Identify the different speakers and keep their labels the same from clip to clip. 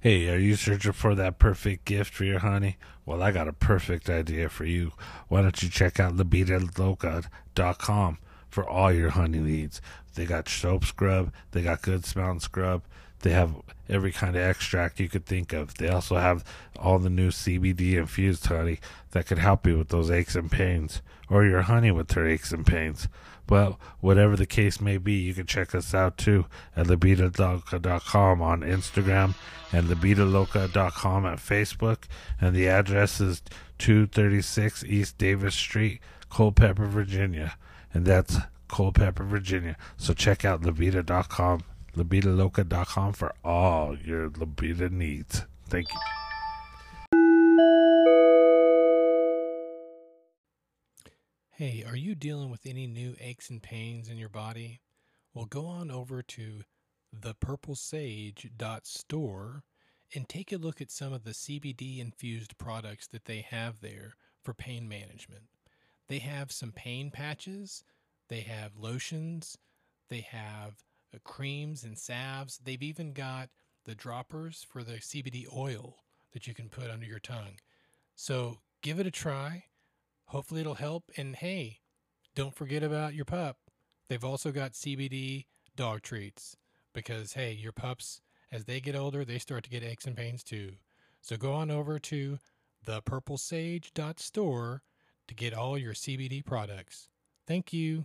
Speaker 1: Hey, are you searching for that perfect gift for your honey? Well, I got a perfect idea for you. Why don't you check out libidoloca.com for all your honey needs? They got soap scrub, they got good smelling scrub, they have every kind of extract you could think of. They also have all the new CBD infused honey that could help you with those aches and pains, or your honey with her aches and pains. But whatever the case may be, you can check us out too at libidoloca.com on Instagram and libidoloca.com at Facebook. And the address is 236 East Davis Street, Culpeper, Virginia. And that's Culpeper, Virginia. So check out libido.com, libidoloca.com for all your libido needs. Thank you.
Speaker 2: Hey, are you dealing with any new aches and pains in your body? Well, go on over to thepurplesage.store and take a look at some of the CBD infused products that they have there for pain management. They have some pain patches, they have lotions, they have uh, creams and salves. They've even got the droppers for the CBD oil that you can put under your tongue. So give it a try. Hopefully, it'll help. And hey, don't forget about your pup. They've also got CBD dog treats because, hey, your pups, as they get older, they start to get aches and pains too. So go on over to thepurplesage.store to get all your CBD products. Thank you.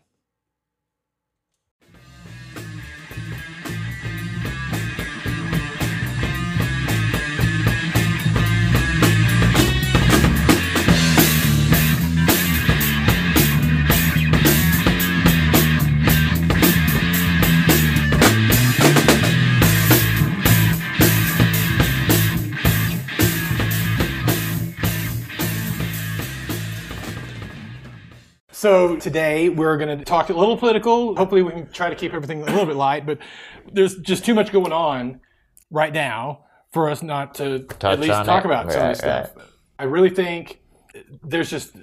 Speaker 2: So today we're going to talk a little political. Hopefully, we can try to keep everything a little bit light, but there's just too much going on right now for us not to
Speaker 3: Touch
Speaker 2: at least
Speaker 3: on
Speaker 2: talk
Speaker 3: it.
Speaker 2: about some of
Speaker 3: Right,
Speaker 2: this stuff. I really think there's just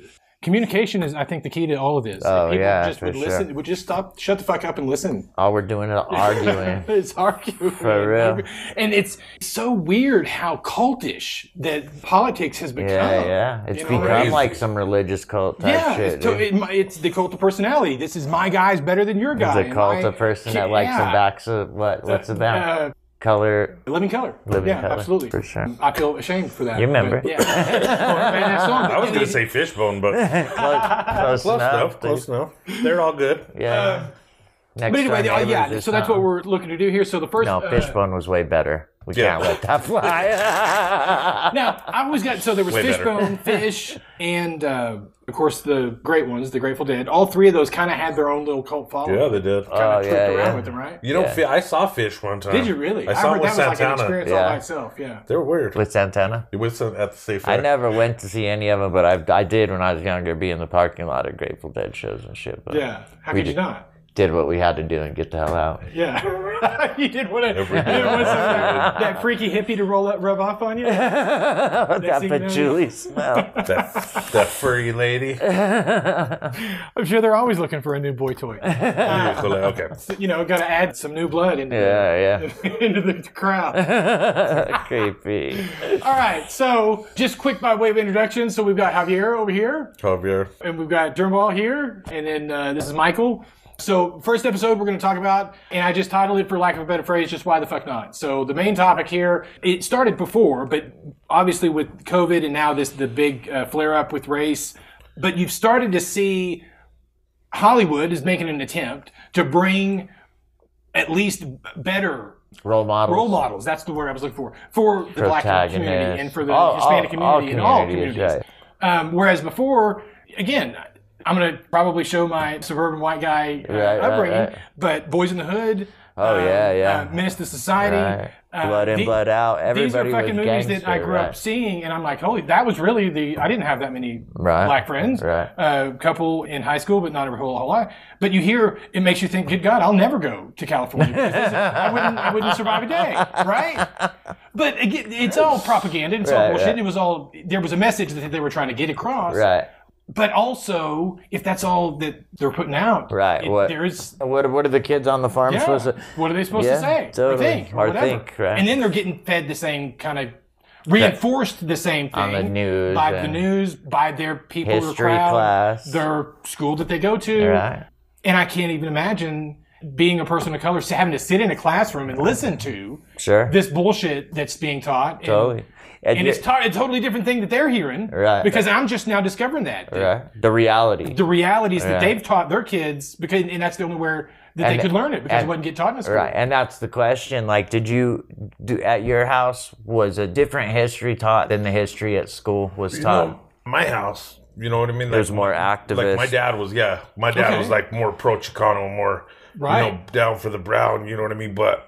Speaker 2: communication is, I think, the key to all of this.
Speaker 3: Oh,
Speaker 2: People
Speaker 3: yeah,
Speaker 2: just
Speaker 3: for
Speaker 2: would
Speaker 3: sure.
Speaker 2: listen, would just stop, shut the fuck up, and listen.
Speaker 3: All Oh, we're doing is arguing.
Speaker 2: it's arguing.
Speaker 3: Oh, For real.
Speaker 2: And it's so weird how cultish that politics has become.
Speaker 3: yeah, yeah. It's
Speaker 2: You know,
Speaker 3: become
Speaker 2: right?
Speaker 3: like some religious cult type
Speaker 2: Yeah,
Speaker 3: shit.
Speaker 2: it's, to,
Speaker 3: dude.
Speaker 2: it, my- it's the cult of personality. This is my guy's better than your guy.
Speaker 3: it's a
Speaker 2: and my
Speaker 3: cult of person that
Speaker 2: kid-
Speaker 3: likes
Speaker 2: yeah.
Speaker 3: and backs of what? What's about?
Speaker 2: Uh,
Speaker 3: Color,
Speaker 2: living color.
Speaker 3: living
Speaker 2: yeah,
Speaker 3: color.
Speaker 2: absolutely. Uh,
Speaker 3: For sure.
Speaker 2: I feel ashamed for that.
Speaker 3: You remember.
Speaker 2: but yeah. Oh, man, that song,
Speaker 4: I was
Speaker 2: but
Speaker 4: going
Speaker 2: it-
Speaker 4: to say fishbone, but
Speaker 3: Close,
Speaker 4: close
Speaker 3: enough.
Speaker 4: enough.
Speaker 3: dude.
Speaker 4: Close enough. They're all good.
Speaker 3: Yeah. Next
Speaker 2: Uh, But anyway,
Speaker 3: door
Speaker 2: oh,
Speaker 3: neighbors
Speaker 2: yeah.
Speaker 3: is
Speaker 2: So that's
Speaker 3: not-
Speaker 2: what we're looking to do here. So the first
Speaker 3: No,
Speaker 2: uh,
Speaker 3: Fishbone was way better. We
Speaker 4: Yeah.
Speaker 3: can't let that fly.
Speaker 2: Now I always got so there was
Speaker 4: Way better.
Speaker 2: Fishbone, Fish, and uh, of course the great ones, the Grateful Dead. All three of those kind of had their own little cult following.
Speaker 4: Yeah, they did.
Speaker 3: oh
Speaker 2: tripped
Speaker 3: yeah,
Speaker 2: around
Speaker 3: yeah.
Speaker 2: with them, right?
Speaker 4: you know,
Speaker 3: yeah.
Speaker 4: fi- I saw fish one time.
Speaker 2: Did you really?
Speaker 4: I saw
Speaker 2: heard
Speaker 4: it with
Speaker 2: that was like an
Speaker 4: Santana.
Speaker 2: experience all
Speaker 3: Yeah.
Speaker 2: by itself. Yeah.
Speaker 4: they were weird.
Speaker 3: With Santana.
Speaker 4: it was at the safe.
Speaker 3: I never went to see any of them, but I, I did when I was younger, be in the parking lot at Grateful Dead shows and shit. But
Speaker 2: Yeah. How
Speaker 3: We
Speaker 2: could you
Speaker 3: did-
Speaker 2: not?
Speaker 3: did what we had to do and get the hell out.
Speaker 2: Yeah. you did what I,
Speaker 4: Every day.
Speaker 2: you want some of that, that freaky hippie to roll up, rub off on you?
Speaker 3: that
Speaker 2: thing you know-
Speaker 3: patchouli smell.
Speaker 4: That, that furry lady.
Speaker 2: I'm sure they're always looking for a new boy toy.
Speaker 4: okay.
Speaker 2: you know, got to add some new blood into,
Speaker 3: Yeah,
Speaker 2: the, into the crowd.
Speaker 3: yeah. Creepy.
Speaker 2: All right. So, just quick by way of introduction. So, we've got Javier over here,
Speaker 4: Javier.
Speaker 2: and we've got Dermal here, and then uh, this is Michael. So, first episode we're going to talk about, and I just titled it, for lack of a better phrase, just why the fuck not. So, the main topic here, it started before, but obviously with COVID and now this the big uh, flare up with race, but you've started to see Hollywood is making an attempt to bring at least better
Speaker 3: Role models.
Speaker 2: role models. That's the word I was looking for for the black community
Speaker 3: Protagonists.
Speaker 2: and for the
Speaker 3: All-
Speaker 2: Hispanic
Speaker 3: all- all
Speaker 2: community and all
Speaker 3: communities,
Speaker 2: communities. Um, whereas before, again, I'm going to probably show my suburban white guy uh,
Speaker 3: Right, right,
Speaker 2: upbringing,
Speaker 3: right.
Speaker 2: but Boys in the Hood.
Speaker 3: Oh, yeah, yeah.
Speaker 2: Uh, Menace to Society.
Speaker 3: Right.
Speaker 2: uh,
Speaker 3: blood in,
Speaker 2: the-
Speaker 3: blood out.
Speaker 2: These are
Speaker 3: Everybody
Speaker 2: fucking
Speaker 3: was
Speaker 2: movies that
Speaker 3: gangster,
Speaker 2: I grew up
Speaker 3: right.
Speaker 2: seeing, and I'm like, holy, that was really the. I didn't have that many
Speaker 3: Right.
Speaker 2: black friends.
Speaker 3: Right.
Speaker 2: A couple in high school, but not a whole, whole lot. But you hear, it makes you think, good God, I'll never go to California. because this is- I, wouldn't, I wouldn't survive a day, right? But again, it's all propaganda. It's all
Speaker 3: Right,
Speaker 2: bullshit.
Speaker 3: right.
Speaker 2: It was all, there was a message that they were trying to get across.
Speaker 3: Right.
Speaker 2: But also, if that's all that they're putting out,
Speaker 3: Right,
Speaker 2: it-
Speaker 3: what-
Speaker 2: there is.
Speaker 3: What What are the kids on the farm
Speaker 2: Yeah,
Speaker 3: supposed to?
Speaker 2: what are they supposed
Speaker 3: Yeah,
Speaker 2: to say?
Speaker 3: totally.
Speaker 2: Or think, or,
Speaker 3: Or
Speaker 2: whatever.
Speaker 3: think, right.
Speaker 2: And then they're getting fed the same kind of reinforced the same thing
Speaker 3: On the news
Speaker 2: by the
Speaker 3: and-
Speaker 2: news, by their people, their
Speaker 3: History
Speaker 2: crowd,
Speaker 3: class.
Speaker 2: their school that they go to,
Speaker 3: Right.
Speaker 2: and I can't even imagine being a person of color having to sit in a classroom and listen to
Speaker 3: Sure.
Speaker 2: this bullshit that's being taught. And,
Speaker 3: totally. And
Speaker 2: and
Speaker 3: you-
Speaker 2: it's to- a totally different thing that they're hearing.
Speaker 3: Right.
Speaker 2: Because I'm just now discovering that. that
Speaker 3: right. The reality.
Speaker 2: The realities that
Speaker 3: Right.
Speaker 2: they've taught their kids, because and that's the only where that
Speaker 3: And-
Speaker 2: they could learn it because
Speaker 3: and-
Speaker 2: it wouldn't get taught in school.
Speaker 3: Right, and that's the question. Like, did you do at your house was a different history taught than the history at school was
Speaker 4: You
Speaker 3: taught?
Speaker 4: know, my house. You know what I mean? Like,
Speaker 3: There's more
Speaker 4: Like
Speaker 3: activists.
Speaker 4: my dad was, yeah. My dad
Speaker 2: Okay.
Speaker 4: was like more pro Chicano, more you know
Speaker 2: Right.
Speaker 4: down for the brown. You know what I mean? But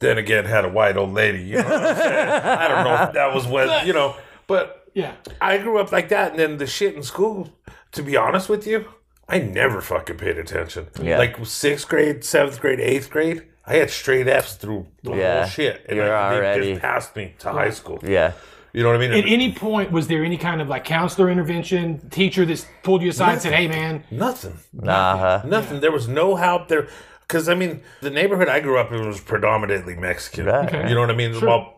Speaker 4: then again, had a white old lady. You know, what I'm saying? I don't know if that was when you know, but
Speaker 2: Yeah.
Speaker 4: I grew up like that, and then the shit in school. To be honest with you, I never fucking paid attention.
Speaker 3: Yeah.
Speaker 4: Like sixth grade, seventh grade, eighth grade, I had straight F's through the
Speaker 3: Yeah.
Speaker 4: whole shit, and
Speaker 3: You're
Speaker 4: I, they
Speaker 3: already-
Speaker 4: just passed me to high school.
Speaker 3: yeah,
Speaker 4: You know what I mean?
Speaker 2: At any point, was there any kind of like counselor intervention, teacher that's pulled you aside and said, hey, man,
Speaker 4: Nothing.
Speaker 3: nah, huh?
Speaker 4: Nothing. There was no help there. Because, I mean, the neighborhood I grew up in was predominantly Mexican.
Speaker 3: Right. Okay.
Speaker 4: You know what I mean? Well,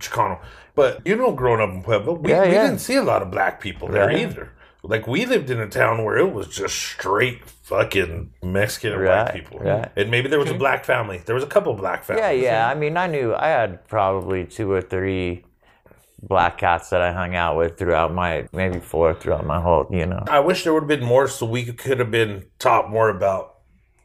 Speaker 4: Chicano. But, you know, growing up in Pueblo, we,
Speaker 3: Yeah,
Speaker 4: we
Speaker 3: yeah.
Speaker 4: didn't see a lot of black people there
Speaker 3: Right.
Speaker 4: either. Like, we lived in a town where it was just straight fucking Mexican and
Speaker 3: Right,
Speaker 4: white people.
Speaker 3: right.
Speaker 4: And maybe there was a black family. There was a couple black families.
Speaker 3: yeah, yeah. I mean, I knew I had probably two or three black cats that I hung out with throughout my maybe four throughout my whole, you know.
Speaker 4: I wish there would have been more so we could have been taught more about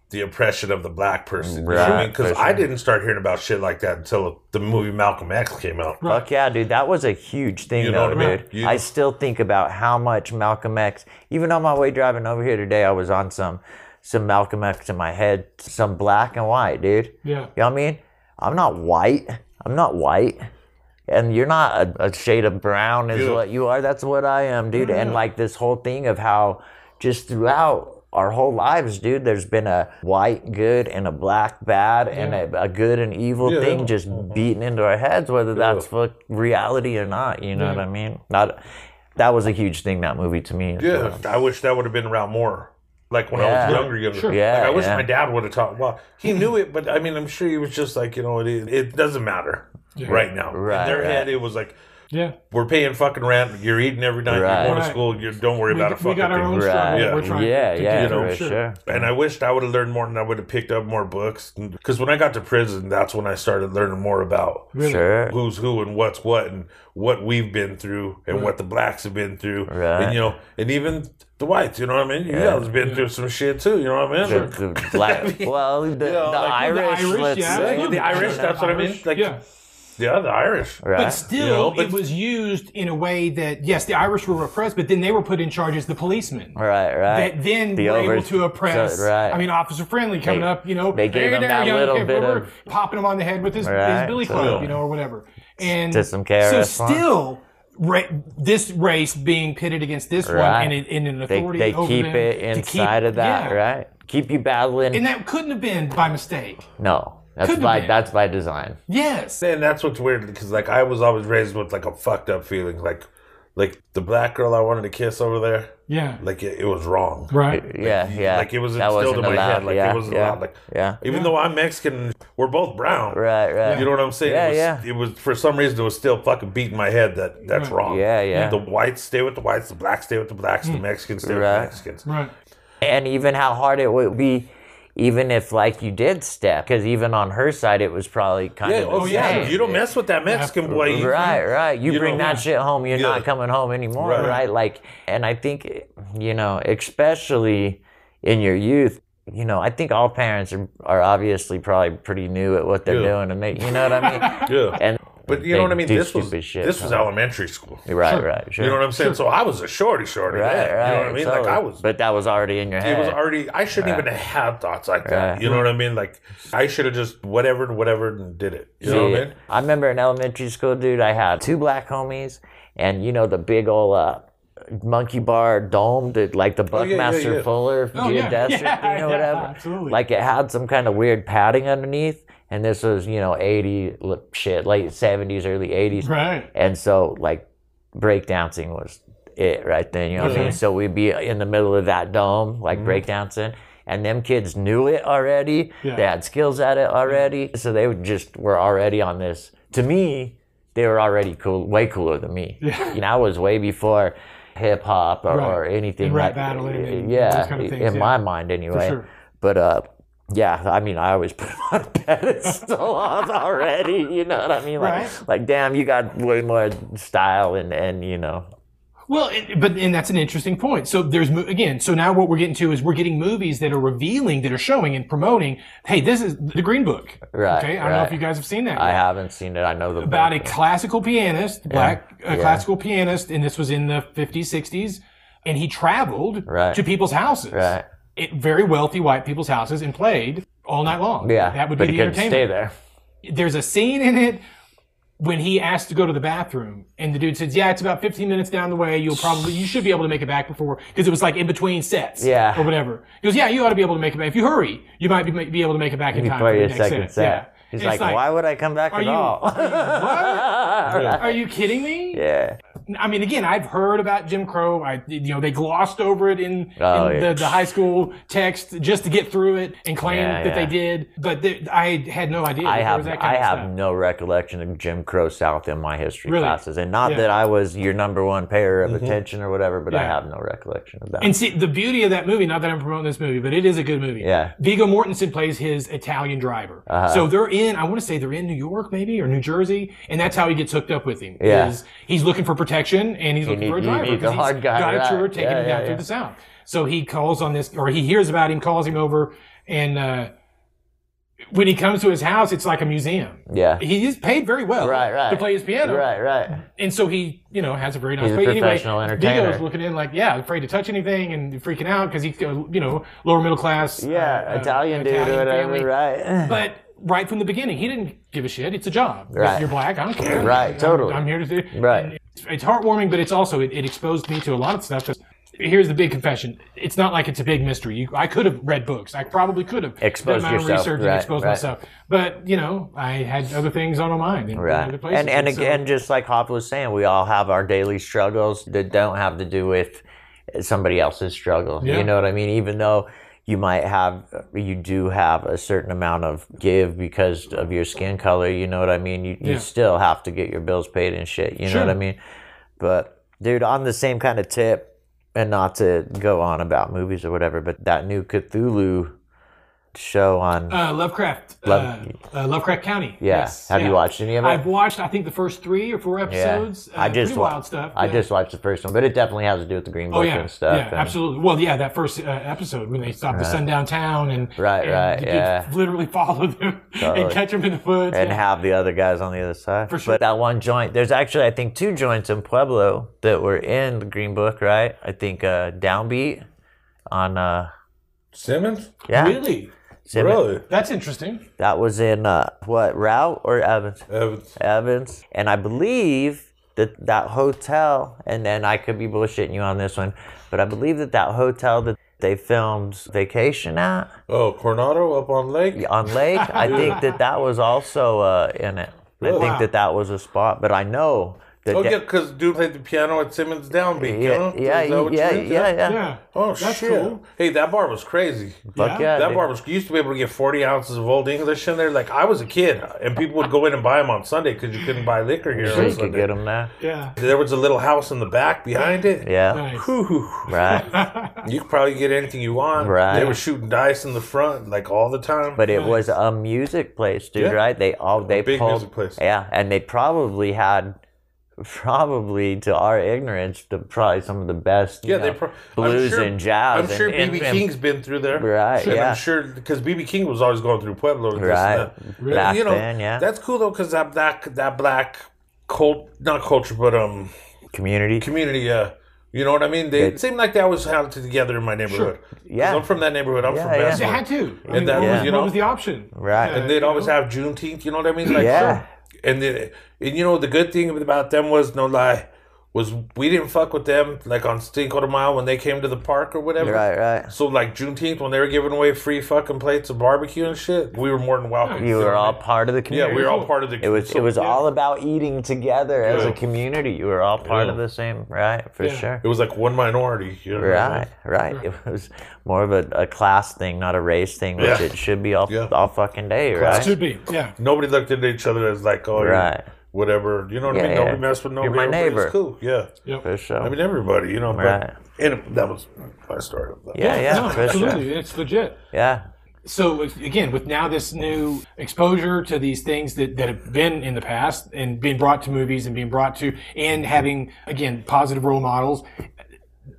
Speaker 4: the oppression of the black person. Because I,
Speaker 3: Right,
Speaker 4: mean? 'Cause
Speaker 3: for
Speaker 4: I
Speaker 3: sure.
Speaker 4: didn't start hearing about shit like that until the movie Malcolm X came out.
Speaker 3: Fuck yeah, dude. That was a huge thing,
Speaker 4: You know
Speaker 3: though,
Speaker 4: what I mean?
Speaker 3: dude.
Speaker 4: You-
Speaker 3: I still think about how much Malcolm X. Even on my way driving over here today, I was on some some Malcolm X in my head, some black and white, dude.
Speaker 2: yeah.
Speaker 3: You know what I mean? I'm not white. I'm not white. And you're not a, a shade of brown is
Speaker 4: Yeah. Mm-hmm.
Speaker 3: what you are. That's what I am, dude. And like this whole thing of how just throughout our whole lives, dude, there's been a white good and a black bad and a, a good and evil
Speaker 4: Yeah.
Speaker 3: thing just
Speaker 2: Mm-hmm.
Speaker 3: beaten into our heads, whether that's fuck reality or not. You know what I mean? Not that was a huge thing that movie to me.
Speaker 4: Yeah, I wish that would have been around more. Like when I
Speaker 3: Yeah.
Speaker 4: was younger, younger.
Speaker 2: Sure.
Speaker 4: like
Speaker 3: Yeah,
Speaker 4: I wish
Speaker 3: yeah.
Speaker 4: my dad would have taught. Well, he knew it, but I mean, I'm sure he was just like, you know, it, it doesn't matter right now.
Speaker 3: Right,
Speaker 4: In their
Speaker 3: right.
Speaker 4: head, it was like,
Speaker 2: Yeah.
Speaker 4: we're paying fucking rent. You're eating every night.
Speaker 3: Right.
Speaker 4: You're going
Speaker 2: Right.
Speaker 4: to school. You don't worry
Speaker 2: We,
Speaker 4: about a
Speaker 2: got-
Speaker 4: fucking
Speaker 2: we got our
Speaker 4: thing.
Speaker 2: own struggle.
Speaker 3: Right.
Speaker 2: that We're
Speaker 3: Yeah,
Speaker 2: trying
Speaker 3: yeah,
Speaker 2: to, to
Speaker 3: yeah,
Speaker 2: do,
Speaker 4: know,
Speaker 3: for
Speaker 2: sure.
Speaker 3: sure.
Speaker 4: And I wished I would have learned more, and I would have picked up more books. Because when I got to prison, that's when I started learning more about
Speaker 2: Really.
Speaker 3: Sure.
Speaker 4: who's who and what's what and what we've been through and what the blacks have been through
Speaker 3: Right.
Speaker 4: and you know and even the whites you know what i mean you
Speaker 3: Yeah.
Speaker 4: guys have been through some shit too you know what i mean
Speaker 3: The, the black, well, the, the
Speaker 4: like, the
Speaker 3: Irish,
Speaker 2: Irish,
Speaker 3: let's
Speaker 2: yeah.
Speaker 3: say.
Speaker 4: Yeah, the irish that's what i mean like
Speaker 2: yeah.
Speaker 4: yeah the irish
Speaker 3: Right.
Speaker 2: But still,
Speaker 4: You know, but-
Speaker 2: it was used in a way that, yes, the Irish were repressed, but then they were put in charge as the policemen.
Speaker 3: Right, right.
Speaker 2: That then
Speaker 3: The
Speaker 2: were
Speaker 3: over-
Speaker 2: able to oppress.
Speaker 3: so- right.
Speaker 2: I mean, Officer Friendly coming
Speaker 3: They-
Speaker 2: up, you know,
Speaker 3: they gave
Speaker 2: hey
Speaker 3: him
Speaker 2: there,
Speaker 3: that
Speaker 2: young
Speaker 3: little
Speaker 2: kid,
Speaker 3: bit
Speaker 2: whatever,
Speaker 3: of-
Speaker 2: popping him on the head with his,
Speaker 3: Right,
Speaker 2: his billy
Speaker 3: so-
Speaker 2: club, you know, or whatever. And
Speaker 3: Did some
Speaker 2: so
Speaker 3: KRS-One.
Speaker 2: still, ra- this race being pitted against this
Speaker 3: Right.
Speaker 2: one, and, it, and an
Speaker 3: They,
Speaker 2: authority
Speaker 3: they
Speaker 2: over
Speaker 3: keep
Speaker 2: them
Speaker 3: it
Speaker 2: to keep-
Speaker 3: inside of that,
Speaker 2: yeah.
Speaker 3: right? Keep you battling.
Speaker 2: And that couldn't have been by mistake.
Speaker 3: no, that's
Speaker 2: could've
Speaker 3: by
Speaker 2: been.
Speaker 3: that's by design.
Speaker 2: Yes.
Speaker 4: and that's what's weird because like i was always raised with like a fucked up feeling like like the black girl i wanted to kiss over there
Speaker 2: Yeah.
Speaker 4: like it, it was wrong
Speaker 2: Right.
Speaker 3: Yeah, yeah.
Speaker 4: like it was
Speaker 3: That
Speaker 4: instilled in
Speaker 3: wasn't
Speaker 4: my
Speaker 3: allowed,
Speaker 4: head like
Speaker 3: yeah,
Speaker 4: it wasn't
Speaker 3: yeah,
Speaker 4: allowed like
Speaker 3: yeah.
Speaker 4: even though i'm mexican we're both brown
Speaker 3: Right, right.
Speaker 4: You know what I'm saying?
Speaker 3: Yeah,
Speaker 4: it was,
Speaker 3: yeah.
Speaker 4: It was for some reason it was still fucking beating my head that that's wrong.
Speaker 3: Yeah, yeah.
Speaker 4: The whites stay with the whites, the blacks stay with the blacks, the Mexicans stay
Speaker 3: Right.
Speaker 4: with the Mexicans.
Speaker 2: Right.
Speaker 3: and even how hard it would be, even if like you did step, because even on her side, it was probably kind
Speaker 4: Yeah,
Speaker 3: of.
Speaker 4: oh
Speaker 3: the
Speaker 4: yeah.
Speaker 3: same.
Speaker 4: You don't mess with that Mexican boy. you-
Speaker 3: Right, right. You,
Speaker 4: You
Speaker 3: bring
Speaker 4: know,
Speaker 3: that shit home, you're
Speaker 4: yeah.
Speaker 3: not coming home anymore, right.
Speaker 4: Right.
Speaker 3: Like, and I think, you know, especially in your youth, you know, I think all parents are, are obviously probably pretty new at what they're
Speaker 4: Yeah.
Speaker 3: doing, and they, you know what I mean.
Speaker 4: Yeah.
Speaker 3: And
Speaker 4: but you
Speaker 3: they
Speaker 4: know what I mean?
Speaker 3: do
Speaker 4: This was
Speaker 3: stupid shit,
Speaker 4: this was
Speaker 3: huh?
Speaker 4: elementary school.
Speaker 3: right, right, sure.
Speaker 4: You know what I'm saying? So I was a shorty shorty.
Speaker 3: Right,
Speaker 4: then,
Speaker 3: right.
Speaker 4: You know what I mean? Like I
Speaker 3: totally.
Speaker 4: was
Speaker 3: but that was already in your head.
Speaker 4: it was already I shouldn't
Speaker 3: Eh.
Speaker 4: even have had thoughts like
Speaker 3: Right.
Speaker 4: that. You know what I mean? Like I should have just whatever and whatever and did it. You know what I mean?
Speaker 3: I remember in elementary school, dude, I had two black homies and you know the big old uh, monkey bar dome that like the
Speaker 4: Oh, yeah, yeah,
Speaker 3: Buckmaster
Speaker 4: yeah.
Speaker 3: Fuller
Speaker 2: Oh, yeah.
Speaker 3: geodesic
Speaker 2: Yeah,
Speaker 3: thing or
Speaker 2: yeah,
Speaker 3: whatever.
Speaker 2: absolutely.
Speaker 3: Like it had some kind of weird padding underneath. And this was, you know, 80 l- shit, late 70s, early 80s.
Speaker 2: Right.
Speaker 3: And so like breakdancing was it right then. You know what I mean? So we'd be in the middle of that dome, like
Speaker 2: Mm-hmm.
Speaker 3: breakdancing. And them kids knew it already. They had skills at it already. So they would just were already on this. To me, they were already cool, way cooler than me. You know, I was way before hip hop or,
Speaker 2: Right.
Speaker 3: or anything
Speaker 2: And rap
Speaker 3: like
Speaker 2: battling and
Speaker 3: yeah,
Speaker 2: those kind of things,
Speaker 3: in
Speaker 2: yeah.
Speaker 3: my mind anyway.
Speaker 2: sure.
Speaker 3: But uh, yeah, I mean, I always put him on a pedestal already. You know what I mean? Like,
Speaker 2: Right.
Speaker 3: like damn, you got way more style and and you know.
Speaker 2: Well, it, but and that's an interesting point. So there's mo- again. So now what we're getting to is we're getting movies that are revealing, that are showing and promoting. Hey, this is the Green Book.
Speaker 3: Right,
Speaker 2: Okay. I don't know if
Speaker 3: right.
Speaker 2: you guys have seen that.
Speaker 3: I
Speaker 2: yet.
Speaker 3: haven't seen it. I know the
Speaker 2: About a
Speaker 3: book.
Speaker 2: classical pianist, black a classical pianist, and this was in the 50s, 60s, and he traveled
Speaker 3: Right.
Speaker 2: to people's houses,
Speaker 3: Right.
Speaker 2: it, very wealthy white people's houses, and played all night long.
Speaker 3: Yeah,
Speaker 2: That would
Speaker 3: but
Speaker 2: be
Speaker 3: he
Speaker 2: the
Speaker 3: couldn't
Speaker 2: entertainment
Speaker 3: stay there.
Speaker 2: there's a scene in it when he asked to go to the bathroom and the dude says yeah it's about 15 minutes down the way you'll probably you should be able to make it back before because it was like in between sets
Speaker 3: Yeah.
Speaker 2: or whatever he goes yeah you ought to be able to make it back if you hurry you might be, be able to make it back in time
Speaker 3: Play
Speaker 2: for
Speaker 3: your
Speaker 2: the next
Speaker 3: second
Speaker 2: set,
Speaker 3: set.
Speaker 2: yeah
Speaker 3: He's
Speaker 2: It's
Speaker 3: like, why would I come back at
Speaker 2: you-
Speaker 3: all?
Speaker 2: what? are you kidding me
Speaker 3: yeah,
Speaker 2: I mean, again, I've heard about Jim Crow. I, you know, they glossed over it in,
Speaker 3: Oh,
Speaker 2: in
Speaker 3: yeah.
Speaker 2: the, the high school text just to get through it and claim
Speaker 3: Yeah,
Speaker 2: that they
Speaker 3: yeah.
Speaker 2: did. But th- I had no idea. that
Speaker 3: I
Speaker 2: there
Speaker 3: have
Speaker 2: was that kind
Speaker 3: I
Speaker 2: of
Speaker 3: have
Speaker 2: stuff.
Speaker 3: no recollection of Jim Crow South in my history
Speaker 2: Really?
Speaker 3: classes, and not
Speaker 2: Yeah. Mm-hmm.
Speaker 3: that I was your number one payer of attention or whatever, but I
Speaker 2: Yeah.
Speaker 3: have no recollection of that.
Speaker 2: And see, the beauty of that movie, not that I'm promoting this movie, but it is a good movie.
Speaker 3: Yeah. Uh-huh.
Speaker 2: Vigo Mortensen plays his Italian driver. So they're in, I want to say they're in New York maybe or New Jersey. And that's how he gets hooked up with him.
Speaker 3: Yeah.
Speaker 2: Is he's looking for protection and he's looking
Speaker 3: need-
Speaker 2: for a
Speaker 3: you
Speaker 2: driver.
Speaker 3: need the
Speaker 2: 'cause he's
Speaker 3: hard guy,
Speaker 2: Got
Speaker 3: right.
Speaker 2: a tour taking
Speaker 3: Yeah,
Speaker 2: him
Speaker 3: yeah,
Speaker 2: down through
Speaker 3: yeah.
Speaker 2: the South. So he calls on this, or he hears about him, calls him over. And uh, when he comes to his house, it's like a museum.
Speaker 3: yeah,
Speaker 2: He is paid very well
Speaker 3: Right, right.
Speaker 2: to play his piano Uh,
Speaker 3: right, right.
Speaker 2: and so he, you know, has a very nice.
Speaker 3: He's a
Speaker 2: but
Speaker 3: professional
Speaker 2: anyway,
Speaker 3: entertainer.
Speaker 2: Vigo's looking in like, yeah, afraid to touch anything and freaking out because he's, uh, you know, lower middle class. uh,
Speaker 3: Yeah,
Speaker 2: uh,
Speaker 3: Italian dude
Speaker 2: Italian
Speaker 3: or whatever,
Speaker 2: family.
Speaker 3: right?
Speaker 2: But right from the beginning, he didn't give a shit. It's a job. If
Speaker 3: Right.
Speaker 2: You're black. I don't care.
Speaker 3: Right,
Speaker 2: I'm-
Speaker 3: totally.
Speaker 2: I'm here to do.
Speaker 3: Right.
Speaker 2: And It's, it's heartwarming, but it's also it, it exposed me to a lot of stuff. 'cause Here's the big confession. It's not like it's a big mystery. You, I could have read books. I probably could have done
Speaker 3: Exposed
Speaker 2: my own
Speaker 3: yourself,
Speaker 2: research
Speaker 3: right,
Speaker 2: and exposed
Speaker 3: right.
Speaker 2: myself. But you know, I had other things on my mind and
Speaker 3: Right.
Speaker 2: other places.
Speaker 3: And and
Speaker 2: so-
Speaker 3: again, just like Hop was saying, we all have our daily struggles that don't have to do with somebody else's struggle.
Speaker 2: Yeah.
Speaker 3: You know what I mean? Even though you might have, you do have a certain amount of give because of your skin color. You know what I mean? You, you
Speaker 2: Yeah.
Speaker 3: still have to get your bills paid and shit. You
Speaker 2: Sure.
Speaker 3: know what I mean? But dude, on the same kind of tip, and not to go on about movies or whatever, but that new Cthulhu show on.
Speaker 2: Uh, Lovecraft.
Speaker 3: Love-
Speaker 2: uh, uh, Lovecraft County.
Speaker 3: yeah.
Speaker 2: Yes.
Speaker 3: have you
Speaker 2: Yeah.
Speaker 3: watched any of it?
Speaker 2: I've watched, I think, the first three or four episodes. Uh,
Speaker 3: I just
Speaker 2: pretty
Speaker 3: wa-
Speaker 2: wild stuff.
Speaker 3: I
Speaker 2: yeah.
Speaker 3: just watched the first one, but it definitely has to do with the Green Book
Speaker 2: Oh yeah,
Speaker 3: and stuff.
Speaker 2: yeah,
Speaker 3: and- Uh-huh.
Speaker 2: absolutely. Well, yeah, that first uh, episode when they stop the sun downtown and
Speaker 3: Right,
Speaker 2: and
Speaker 3: right,
Speaker 2: the
Speaker 3: yeah.
Speaker 2: kids literally follow them and
Speaker 3: Totally.
Speaker 2: catch them in the woods.
Speaker 3: And
Speaker 2: yeah.
Speaker 3: have the other guys on the other side.
Speaker 2: For sure.
Speaker 3: But that one joint, there's actually, I think, two joints in Pueblo that were in the Green Book, right? I think uh, Downbeat on, uh,
Speaker 4: Simmons?
Speaker 3: yeah.
Speaker 2: Really,
Speaker 3: Simmons.
Speaker 4: Really?
Speaker 2: that's interesting.
Speaker 3: That was in, uh, what, Rao or Evans?
Speaker 4: Evans.
Speaker 3: Evans. And I believe that that hotel, and then I could be bullshitting you on this one, but I believe that that hotel that they filmed Vacation at,
Speaker 4: Oh, Coronado up on Lake?
Speaker 3: on Lake. I think that that was also uh, in it. I
Speaker 4: Really?
Speaker 3: think that that was a spot, but I know that.
Speaker 4: Oh,
Speaker 3: that-
Speaker 4: yeah, because dude played the piano at Simmons Downbeat.
Speaker 3: yeah,
Speaker 4: huh?
Speaker 3: yeah,
Speaker 4: Is that
Speaker 3: yeah,
Speaker 4: what you
Speaker 3: yeah,
Speaker 4: meant?
Speaker 3: yeah,
Speaker 2: Yeah,
Speaker 4: Oh,
Speaker 2: That's
Speaker 4: shit.
Speaker 2: cool.
Speaker 4: Hey, that bar was crazy.
Speaker 3: Fuck
Speaker 2: Yeah.
Speaker 3: yeah,
Speaker 4: That
Speaker 3: dude.
Speaker 4: bar was you used to be able to get forty ounces of old English in there. Like I was a kid, and people would go in and buy them on Sunday because you couldn't buy liquor here
Speaker 3: Sure
Speaker 4: on
Speaker 3: you could
Speaker 4: Sunday.
Speaker 3: get them there.
Speaker 2: yeah,
Speaker 4: There was a little house in the back behind it.
Speaker 3: Yeah,
Speaker 2: nice.
Speaker 4: Whew.
Speaker 3: right.
Speaker 4: You could probably get anything you want.
Speaker 3: Right.
Speaker 4: They were shooting dice in the front like all the time.
Speaker 3: But it was a music place, dude.
Speaker 4: Yeah.
Speaker 3: Right? They all they
Speaker 4: big
Speaker 3: pulled,
Speaker 4: music place.
Speaker 3: Yeah, and they probably had. Probably to our ignorance, to probably some of the best, you
Speaker 4: yeah,
Speaker 3: know,
Speaker 4: they pro-
Speaker 3: blues
Speaker 4: I'm sure,
Speaker 3: and jazz.
Speaker 4: I'm sure
Speaker 3: and- and-
Speaker 4: BB
Speaker 3: and-
Speaker 4: King's been through there.
Speaker 3: Right,
Speaker 4: And
Speaker 3: yeah.
Speaker 4: I'm sure because BB King was always going through Pueblo. and this and
Speaker 3: Right.
Speaker 4: that.
Speaker 3: Really? Back
Speaker 4: you know,
Speaker 3: then, yeah.
Speaker 4: That's cool though because that black that black cult not culture but um
Speaker 3: community.
Speaker 4: community. Uh, you know what I mean? They it seemed like they always held it together in my neighborhood. 'Cause
Speaker 3: Yeah.
Speaker 4: I'm from that neighborhood. I'm
Speaker 3: Yeah,
Speaker 4: from
Speaker 3: yeah.
Speaker 2: They
Speaker 4: Basswood.
Speaker 2: had to. I
Speaker 4: And
Speaker 2: mean,
Speaker 4: that
Speaker 2: what,
Speaker 4: was,
Speaker 2: was,
Speaker 4: you know-
Speaker 2: what was the option? Uh,
Speaker 3: Right.
Speaker 4: And they'd always have Juneteenth. You know what I mean? Like,
Speaker 3: Yeah.
Speaker 4: so- and then, and you know the good thing about them was no lie was we didn't fuck with them like on Cinco de Mayo when they came to the park or whatever.
Speaker 3: Right, right.
Speaker 4: So like Juneteenth when they were giving away free fucking plates of barbecue and shit, we were more than welcome.
Speaker 3: You were all part of the community.
Speaker 4: yeah, we were all part of the.
Speaker 3: It was it was
Speaker 4: yeah.
Speaker 3: all about eating together as
Speaker 4: Yeah.
Speaker 3: a community. You were all part
Speaker 4: Yeah.
Speaker 3: of the same, right? For sure.
Speaker 4: It was like one minority. You know what I mean?
Speaker 3: Right, right. It was more of a, a class thing, not a race thing, which
Speaker 4: Yeah.
Speaker 3: it should be all
Speaker 4: Yeah.
Speaker 3: all fucking day, right?
Speaker 2: Should be. Yeah.
Speaker 4: Nobody looked at each other as like, oh,
Speaker 3: Right.
Speaker 4: right. whatever. You know what
Speaker 3: Yeah,
Speaker 4: I mean?
Speaker 3: yeah.
Speaker 4: Nobody messed with
Speaker 3: You're
Speaker 4: nobody.
Speaker 3: my
Speaker 4: Everybody was
Speaker 3: neighbor.
Speaker 4: cool. Yeah.
Speaker 3: For sure.
Speaker 4: I mean, everybody, you know.
Speaker 3: Right.
Speaker 4: But and that was my story. Of that.
Speaker 3: yeah, yeah,
Speaker 2: No,
Speaker 3: for sure.
Speaker 2: absolutely. It's legit.
Speaker 3: Yeah,
Speaker 2: So it's- again, with now this new exposure to these things that, that have been in the past and being brought to movies and being brought to and having again positive role models,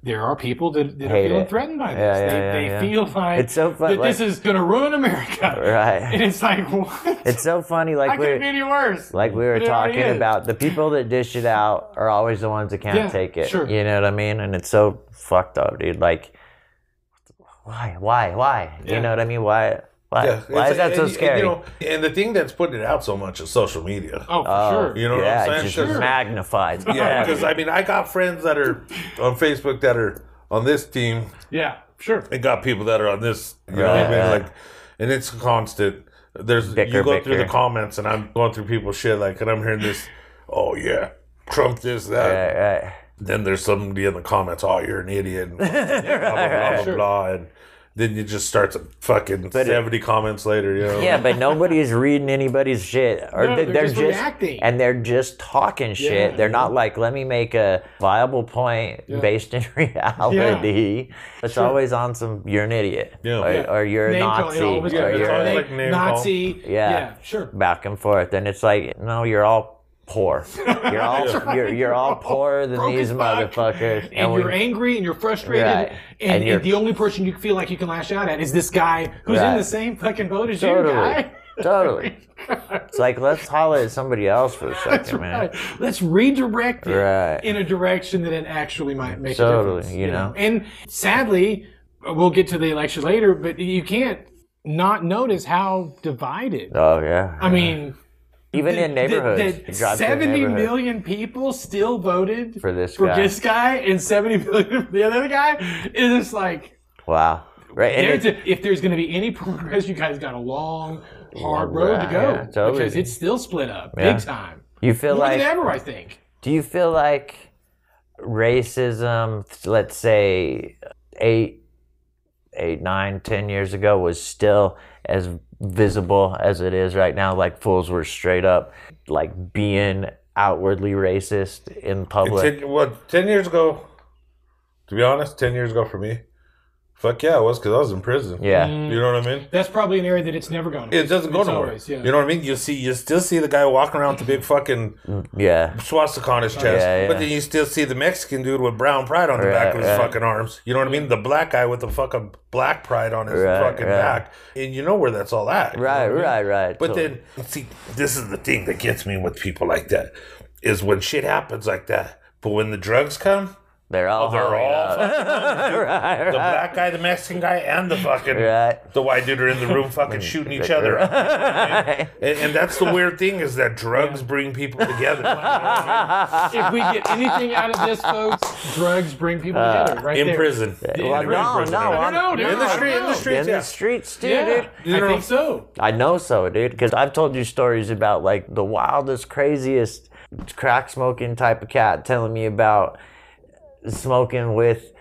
Speaker 2: there are people that, that are
Speaker 3: Hate
Speaker 2: feeling
Speaker 3: it.
Speaker 2: threatened by this.
Speaker 3: Yeah, yeah,
Speaker 2: they
Speaker 3: yeah,
Speaker 2: they
Speaker 3: yeah.
Speaker 2: feel like
Speaker 3: It's so fun,
Speaker 2: that this
Speaker 3: like-
Speaker 2: is going to ruin America. And
Speaker 3: right.
Speaker 2: it's like, what?
Speaker 3: It's so funny.
Speaker 2: I
Speaker 3: Like
Speaker 2: could have been any
Speaker 3: we're
Speaker 2: worse.
Speaker 3: like we were
Speaker 2: it already
Speaker 3: talking
Speaker 2: is.
Speaker 3: about the people that dish it out are always the ones that can't
Speaker 2: Yeah,
Speaker 3: take it.
Speaker 2: sure.
Speaker 3: You know what I mean? And it's so fucked up, dude. Like, why, why, why? You
Speaker 2: Yeah.
Speaker 3: know what I mean? Why, why,
Speaker 4: Yeah,
Speaker 3: why
Speaker 4: it's
Speaker 3: is that
Speaker 4: like-
Speaker 3: so
Speaker 4: and-
Speaker 3: scary?
Speaker 4: And, you know, and the thing that's putting it out so much is social media.
Speaker 2: oh, for
Speaker 3: Oh,
Speaker 2: sure.
Speaker 4: You know what
Speaker 3: yeah,
Speaker 4: I'm
Speaker 3: it
Speaker 4: saying?
Speaker 3: just
Speaker 4: 'Cause-
Speaker 3: magnifies.
Speaker 4: Yeah, because I mean, I got friends that are on Facebook that are on this team,
Speaker 2: Yeah, sure.
Speaker 4: and got people that are on this. You know what I mean?
Speaker 3: Right.
Speaker 4: Like, and it's constant. There's
Speaker 3: Bicker,
Speaker 4: you go through
Speaker 3: bicker.
Speaker 4: the comments, and I'm going through people's shit. Like, and I'm hearing this. Oh yeah, Trump this that.
Speaker 3: Right, right.
Speaker 4: Then there's somebody in the comments. Oh, you're an idiot. And blah blah blah, blah, blah. And then you just start to fucking seventy comments later. You know?
Speaker 3: Yeah, but nobody's reading anybody's shit, or
Speaker 2: No,
Speaker 3: they-
Speaker 2: they're
Speaker 3: they're,
Speaker 2: just
Speaker 3: just,
Speaker 2: reacting.
Speaker 3: and they're just talking shit. They're not like, let me make a viable point based in reality. It's always on some. You're an idiot,
Speaker 4: Yeah.
Speaker 3: or,
Speaker 4: Yeah.
Speaker 3: or you're a
Speaker 2: Name call-
Speaker 3: Nazi,
Speaker 2: it always
Speaker 3: or
Speaker 2: goes
Speaker 4: it's
Speaker 3: you're
Speaker 4: always
Speaker 3: a-
Speaker 4: like name call.
Speaker 2: Nazi.
Speaker 3: Yeah.
Speaker 2: sure.
Speaker 3: back and forth, and it's like, no, you're all poor. You're all you're, you're all poorer than
Speaker 2: Broke as
Speaker 3: these
Speaker 2: fuck.
Speaker 3: motherfuckers,
Speaker 2: And, you're angry and you're frustrated,
Speaker 3: Right.
Speaker 2: and,
Speaker 3: And
Speaker 2: and
Speaker 3: you're-
Speaker 2: the only person you feel like you can lash out at is this guy who's
Speaker 3: Right.
Speaker 2: in the same fucking boat as you,
Speaker 3: totally,
Speaker 2: guy.
Speaker 3: totally. It's like let's holler at somebody else for a second, man.
Speaker 2: Right. Let's redirect it
Speaker 3: Right.
Speaker 2: in a direction that it actually might make
Speaker 3: Totally,
Speaker 2: a difference.
Speaker 3: you know.
Speaker 2: And sadly, we'll get to the election later, but you can't not notice how divided.
Speaker 3: Oh yeah.
Speaker 2: I mean,
Speaker 3: Even
Speaker 2: that-
Speaker 3: in neighborhoods,
Speaker 2: that- that
Speaker 3: you drive through a
Speaker 2: seventy
Speaker 3: neighborhood.
Speaker 2: million people still voted
Speaker 3: for this
Speaker 2: for
Speaker 3: guy.
Speaker 2: this guy, and seventy million for the other guy. It's just like.
Speaker 3: wow. Right. And
Speaker 2: There's
Speaker 3: it-
Speaker 2: a- if there's going to be any progress, you guys got a long, hard road to go
Speaker 3: yeah, totally.
Speaker 2: because it's still split up
Speaker 3: Yeah.
Speaker 2: big time.
Speaker 3: you feel
Speaker 2: More
Speaker 3: like
Speaker 2: than ever, I think.
Speaker 3: do you feel like racism let's say eight eight, nine, ten years ago was still as visible as it is right now. Like fools were straight up like being outwardly racist in public.
Speaker 4: Ten, well, ten years ago, to be honest, ten years ago for me, fuck yeah, it was because I was in prison.
Speaker 2: Mm.
Speaker 3: Yeah.
Speaker 4: you know what I mean.
Speaker 2: That's probably an area that it's never gone.
Speaker 4: It doesn't go
Speaker 2: It's
Speaker 4: nowhere.
Speaker 2: always, yeah.
Speaker 4: You know what I mean? You see, you still see the guy walking around with the big fucking
Speaker 3: Yeah.
Speaker 4: swastika on his
Speaker 2: Oh,
Speaker 4: chest,
Speaker 3: Mm. Yeah, yeah.
Speaker 4: but then you still see the Mexican dude with brown pride on the
Speaker 3: Right,
Speaker 4: back of his
Speaker 3: right.
Speaker 4: fucking arms. You know what I mean? The black guy with the fucking black pride on his
Speaker 3: Right,
Speaker 4: fucking
Speaker 3: right.
Speaker 4: back, and you know where that's all at. you know
Speaker 3: Right,
Speaker 4: what I mean?
Speaker 3: right, right. So-
Speaker 4: But then, see, this is the thing that gets me with people like that is when shit happens like that. But when the drugs come,
Speaker 3: they're all
Speaker 4: Oh, they're
Speaker 3: hung
Speaker 4: all
Speaker 3: up.
Speaker 4: fucking
Speaker 3: right,
Speaker 4: the
Speaker 3: right.
Speaker 4: black guy, the Mexican guy, and the fucking
Speaker 3: Right.
Speaker 4: the white dude are in the room fucking shooting each other up. And, and that's the weird thing is that drugs bring people together.
Speaker 2: if we get anything out of this, folks, drugs bring people
Speaker 3: Uh,
Speaker 2: together. Right
Speaker 4: in
Speaker 2: there.
Speaker 4: prison.
Speaker 3: Well,
Speaker 4: In
Speaker 3: no,
Speaker 4: prison.
Speaker 3: no,
Speaker 2: No,
Speaker 3: I'm-
Speaker 2: no, no,
Speaker 4: In the street,
Speaker 2: no.
Speaker 4: in the street,
Speaker 3: in the
Speaker 4: yeah.
Speaker 3: streets, dude.
Speaker 2: Yeah, I
Speaker 4: know-
Speaker 2: think so.
Speaker 3: I know so, dude, because I've told you stories about like the wildest, craziest crack smoking type of cat telling me about smoking with